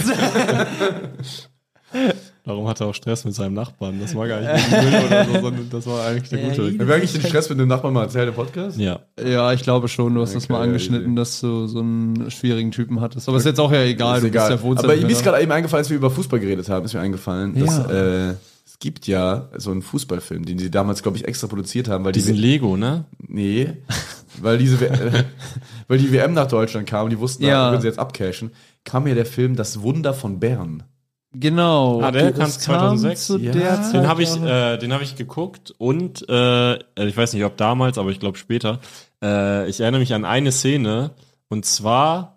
D: Darum hatte er auch Stress mit seinem Nachbarn. Das war gar
C: Äh.
D: nicht der Müll oder so, sondern das war eigentlich der gute.
B: Haben wir eigentlich den Stress mit dem Nachbarn mal erzählt im Podcast?
D: Ja.
C: Ja, ich glaube schon, du hast das
B: Okay,
C: mal
B: ja,
C: angeschnitten,
B: easy.
C: dass du so einen schwierigen Typen hattest. Aber ist jetzt auch ja egal, du bist ja wohnst
B: Aber
C: ja ne?
B: mir ist
C: da.
B: gerade eben eingefallen, als wir über Fußball geredet haben, ist mir eingefallen, dass äh, es gibt ja so einen Fußballfilm, den die damals, glaube ich, extra produziert haben, weil
D: Diesen
B: die.
D: Lego, ne?
B: Nee. weil, diese, W- äh, weil die WM nach Deutschland kam und die wussten, ah,
C: Ja.
B: da können sie jetzt abcashen, kam ja der Film Das Wunder von Bern.
C: Genau.
D: Ah, der
C: Das
D: kam 2006?
C: Zu
B: Ja.
C: der Zeit
D: Den habe ich,
C: auch.
D: äh, den hab ich geguckt und äh, ich weiß nicht, ob damals, aber ich glaube später. Äh, ich erinnere mich an eine Szene und zwar,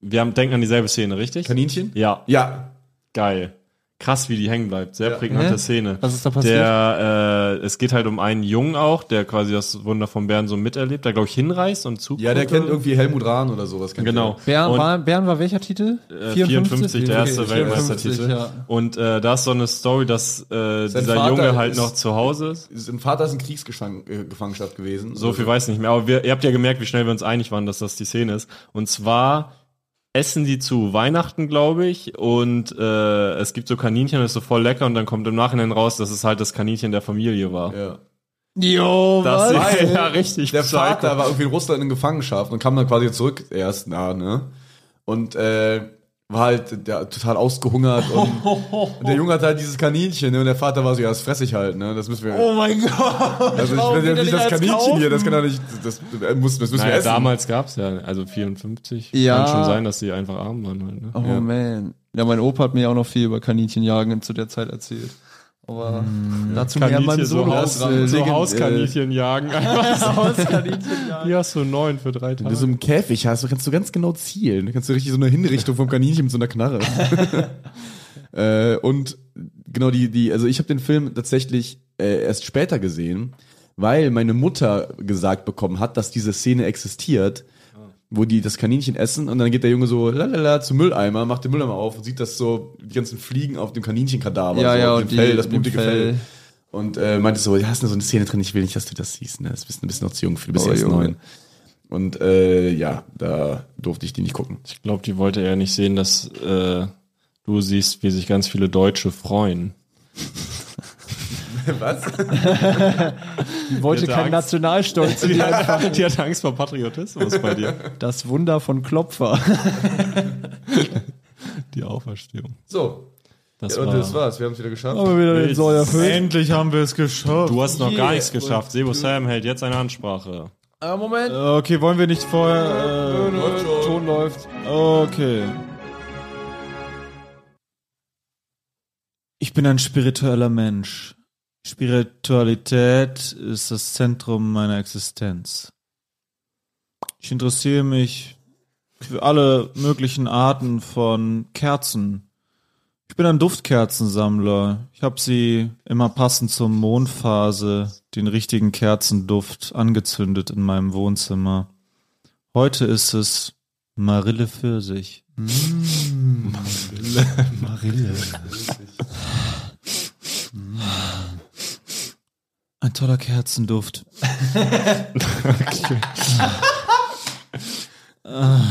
D: wir haben, denken an dieselbe Szene, richtig?
B: Kaninchen?
D: Ja,
B: Ja.
D: geil. Krass, wie die hängen bleibt. Sehr prägnante
C: Hä?
D: Szene.
C: Was ist da passiert?
D: Der, äh, es geht halt um einen Jungen auch, der quasi das Wunder von Bern so miterlebt, der glaube ich hinreist und zuguckt.
B: Ja, der kennt irgendwie Helmut Rahn oder sowas. Kennt
D: Genau.
C: Bern,
D: und,
C: war, Bern war welcher Titel?
D: äh, 54, der erste
C: Okay,
D: Weltmeistertitel.
C: 54, ja.
D: Und äh, da ist so eine Story, dass äh,
B: Sein
D: dieser
B: Vater
D: Junge halt
B: ist-
D: noch zu Hause ist.
B: Der. Sein Vater ist in Kriegsgefangenschaft gewesen. Also
D: So viel weiß ich nicht mehr. Aber wir, ihr habt ja gemerkt, wie schnell wir uns einig waren, dass das die Szene ist. Und zwar essen die zu Weihnachten, glaube ich. Und äh, es gibt so Kaninchen, das ist so voll lecker. Und dann kommt im Nachhinein raus, dass es halt das Kaninchen der Familie war.
B: Ja.
C: Jo,
D: Das
C: was?
D: ist ja richtig
B: Der
D: psycho.
B: Vater war irgendwie in Russland in Gefangenschaft und kam dann quasi zurück erst nah, ne? Und äh, war halt ja, total ausgehungert und, und der Junge hat halt dieses Kaninchen, ne? Und der Vater war so, ja, das fresse ich halt, ne? Das müssen wir.
C: Oh mein Gott.
B: also ich
C: warum
B: werde ja
C: will der
B: nicht
C: den
B: das
C: als
B: Kaninchen
C: kaufen?
B: hier, das kann doch nicht. Das, das, muss, das müssen wir
D: Naja,
B: essen.
D: damals gab's ja, also 54.
C: Ja.
D: Kann schon sein, dass die einfach arm waren. Halt, ne?
C: Oh man. Ja, mein Opa hat mir auch noch viel über Kaninchenjagen zu der Zeit erzählt. Hm. Aber dazu mehr mein Solo. äh, Legend-
D: jagen.
C: Hauskaninchen.
D: Hier hast du neun für drei
B: Wenn du so einen Käfig hast, kannst du ganz genau zielen. Dann kannst du richtig so eine Hinrichtung vom Kaninchen mit so einer Knarre. äh, und genau die, die, also ich habe den Film tatsächlich äh, erst später gesehen, weil meine Mutter gesagt bekommen hat, dass diese Szene existiert, wo die das Kaninchen essen und dann geht der Junge so lalala zum Mülleimer, macht den Mülleimer auf und sieht das so, die ganzen Fliegen auf dem Kaninchenkadaver,
C: Ja,
B: so
C: ja,
B: auf
C: und die-
B: dem Fell, das
C: in dem
B: blutige
C: Fell.
B: Fell. Und äh, meinte so, ja, hast du so eine Szene drin, ich will nicht, dass du das siehst, ne? Das bist ein bisschen noch zu jung für, du bist
C: Oh,
B: erst
C: Junge.
B: neun. Und äh, ja, da durfte ich die nicht gucken.
D: Ich glaube, die wollte eher nicht sehen, dass äh, du siehst, wie sich ganz viele Deutsche freuen.
B: Was?
C: Ich wollte
D: Ihr
C: keinen
D: Angst.
C: Nationalstolz in dir.
D: die hat Angst vor Patriotismus bei dir.
C: Das Wunder von Klopfer.
D: Die Auferstehung.
B: So,
D: Das
B: ja, und
D: war,
B: das war's, wir haben es wieder geschafft.
C: Haben wir wieder den
D: Willst-
C: Soll erfüllt.
E: Endlich haben wir es geschafft.
D: Du hast noch gar
C: Yeah.
D: nichts geschafft. Sebo Sam hält jetzt eine Ansprache.
E: Äh, Okay, wollen wir nicht
A: äh,
E: vorher.
B: Läuft schon.
C: Ton läuft.
E: Äh, okay. Ich bin ein spiritueller Mensch. Spiritualität ist das Zentrum meiner Existenz. Ich interessiere mich für alle möglichen Arten von Kerzen. Ich bin ein Duftkerzensammler. Ich habe sie immer passend zur Mondphase, den richtigen Kerzenduft, angezündet in meinem Wohnzimmer. Heute ist es Marille Pfirsich. Mm. Mm. Ein toller Kerzenduft. Ah. Ah.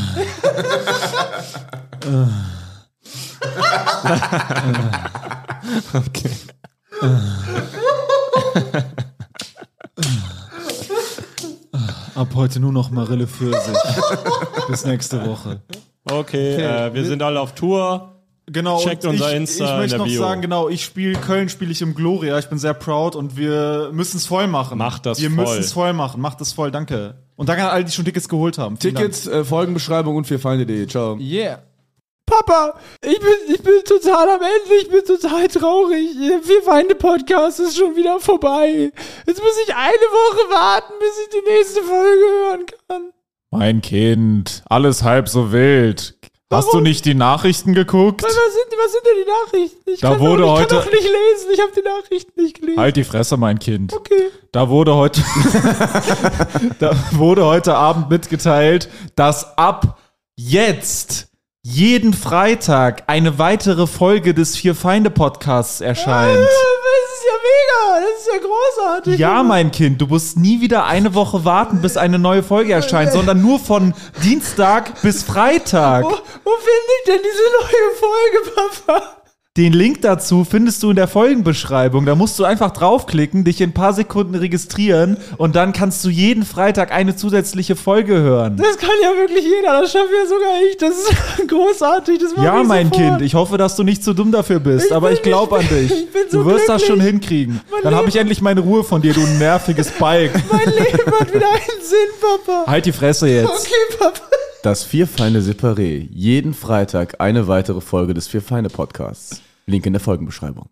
E: Ah. Ah. Ab heute nur noch Marille Pfirsich. Bis nächste Woche.
D: Okay, äh, wir sind alle auf Tour.
E: Genau,
D: Checkt
E: und
D: unser
E: ich,
D: Insta
E: ich
D: in
E: möchte
D: der
E: noch
D: Bio.
E: sagen, genau, ich spiele Köln spiele ich im Gloria, ich bin sehr proud und wir müssen es voll machen.
D: Macht das
E: wir
D: voll.
E: müssen es voll machen, macht es voll, danke. Und danke an alle, die schon Tickets geholt haben. Vielen
B: Tickets, äh, Folgenbeschreibung und vierfeinde.de. Ciao.
C: Yeah.
H: Papa, ich bin, ich bin total am Ende, ich bin total traurig. Wir Feinde Podcast ist schon wieder vorbei. Jetzt muss ich eine Woche warten, bis ich die nächste Folge hören kann.
E: Mein Kind, alles halb so wild. Hast du nicht die Nachrichten geguckt?
H: Was sind, was sind denn die Nachrichten? Ich
E: Da
H: kann
E: wurde
H: doch, ich
E: heute-
H: kann doch nicht lesen, ich habe die Nachrichten nicht gelesen.
E: Halt die Fresse, mein Kind.
H: Okay.
E: Da wurde heute, da wurde heute Abend mitgeteilt, dass ab jetzt jeden Freitag eine weitere Folge des Vier Feinde Podcasts erscheint.
H: Das ist ja mega, das ist ja großartig.
E: Ja, mein Kind, du musst nie wieder eine Woche warten, bis eine neue Folge erscheint, sondern nur von Dienstag bis Freitag.
H: Wo, wo finde ich denn diese neue Folge, Papa?
E: Den Link dazu findest du in der Folgenbeschreibung. Da musst du einfach draufklicken, dich in ein paar Sekunden registrieren und dann kannst du jeden Freitag eine zusätzliche Folge hören.
A: Das kann ja wirklich jeder, das schaffe ja sogar ich. Das ist großartig, das mache
E: Ja,
A: ich
E: mein
A: sofort.
E: Kind, ich hoffe, dass du nicht zu dumm dafür bist,
A: Ich
E: aber
A: bin
E: ich glaube an
A: nicht-
E: dich.
A: ich bin so
E: du wirst das schon
A: glücklich.
E: hinkriegen.
A: Mein
E: Dann habe
A: Leben-
E: ich endlich meine Ruhe von dir, du nerviges Balk.
A: Mein Leben hat wieder einen Sinn, Papa.
E: halt die Fresse jetzt.
A: Okay, Papa.
B: Das Vier Feinde Separé. Jeden Freitag eine weitere Folge des Vier Feinde Podcasts. Link in der Folgenbeschreibung.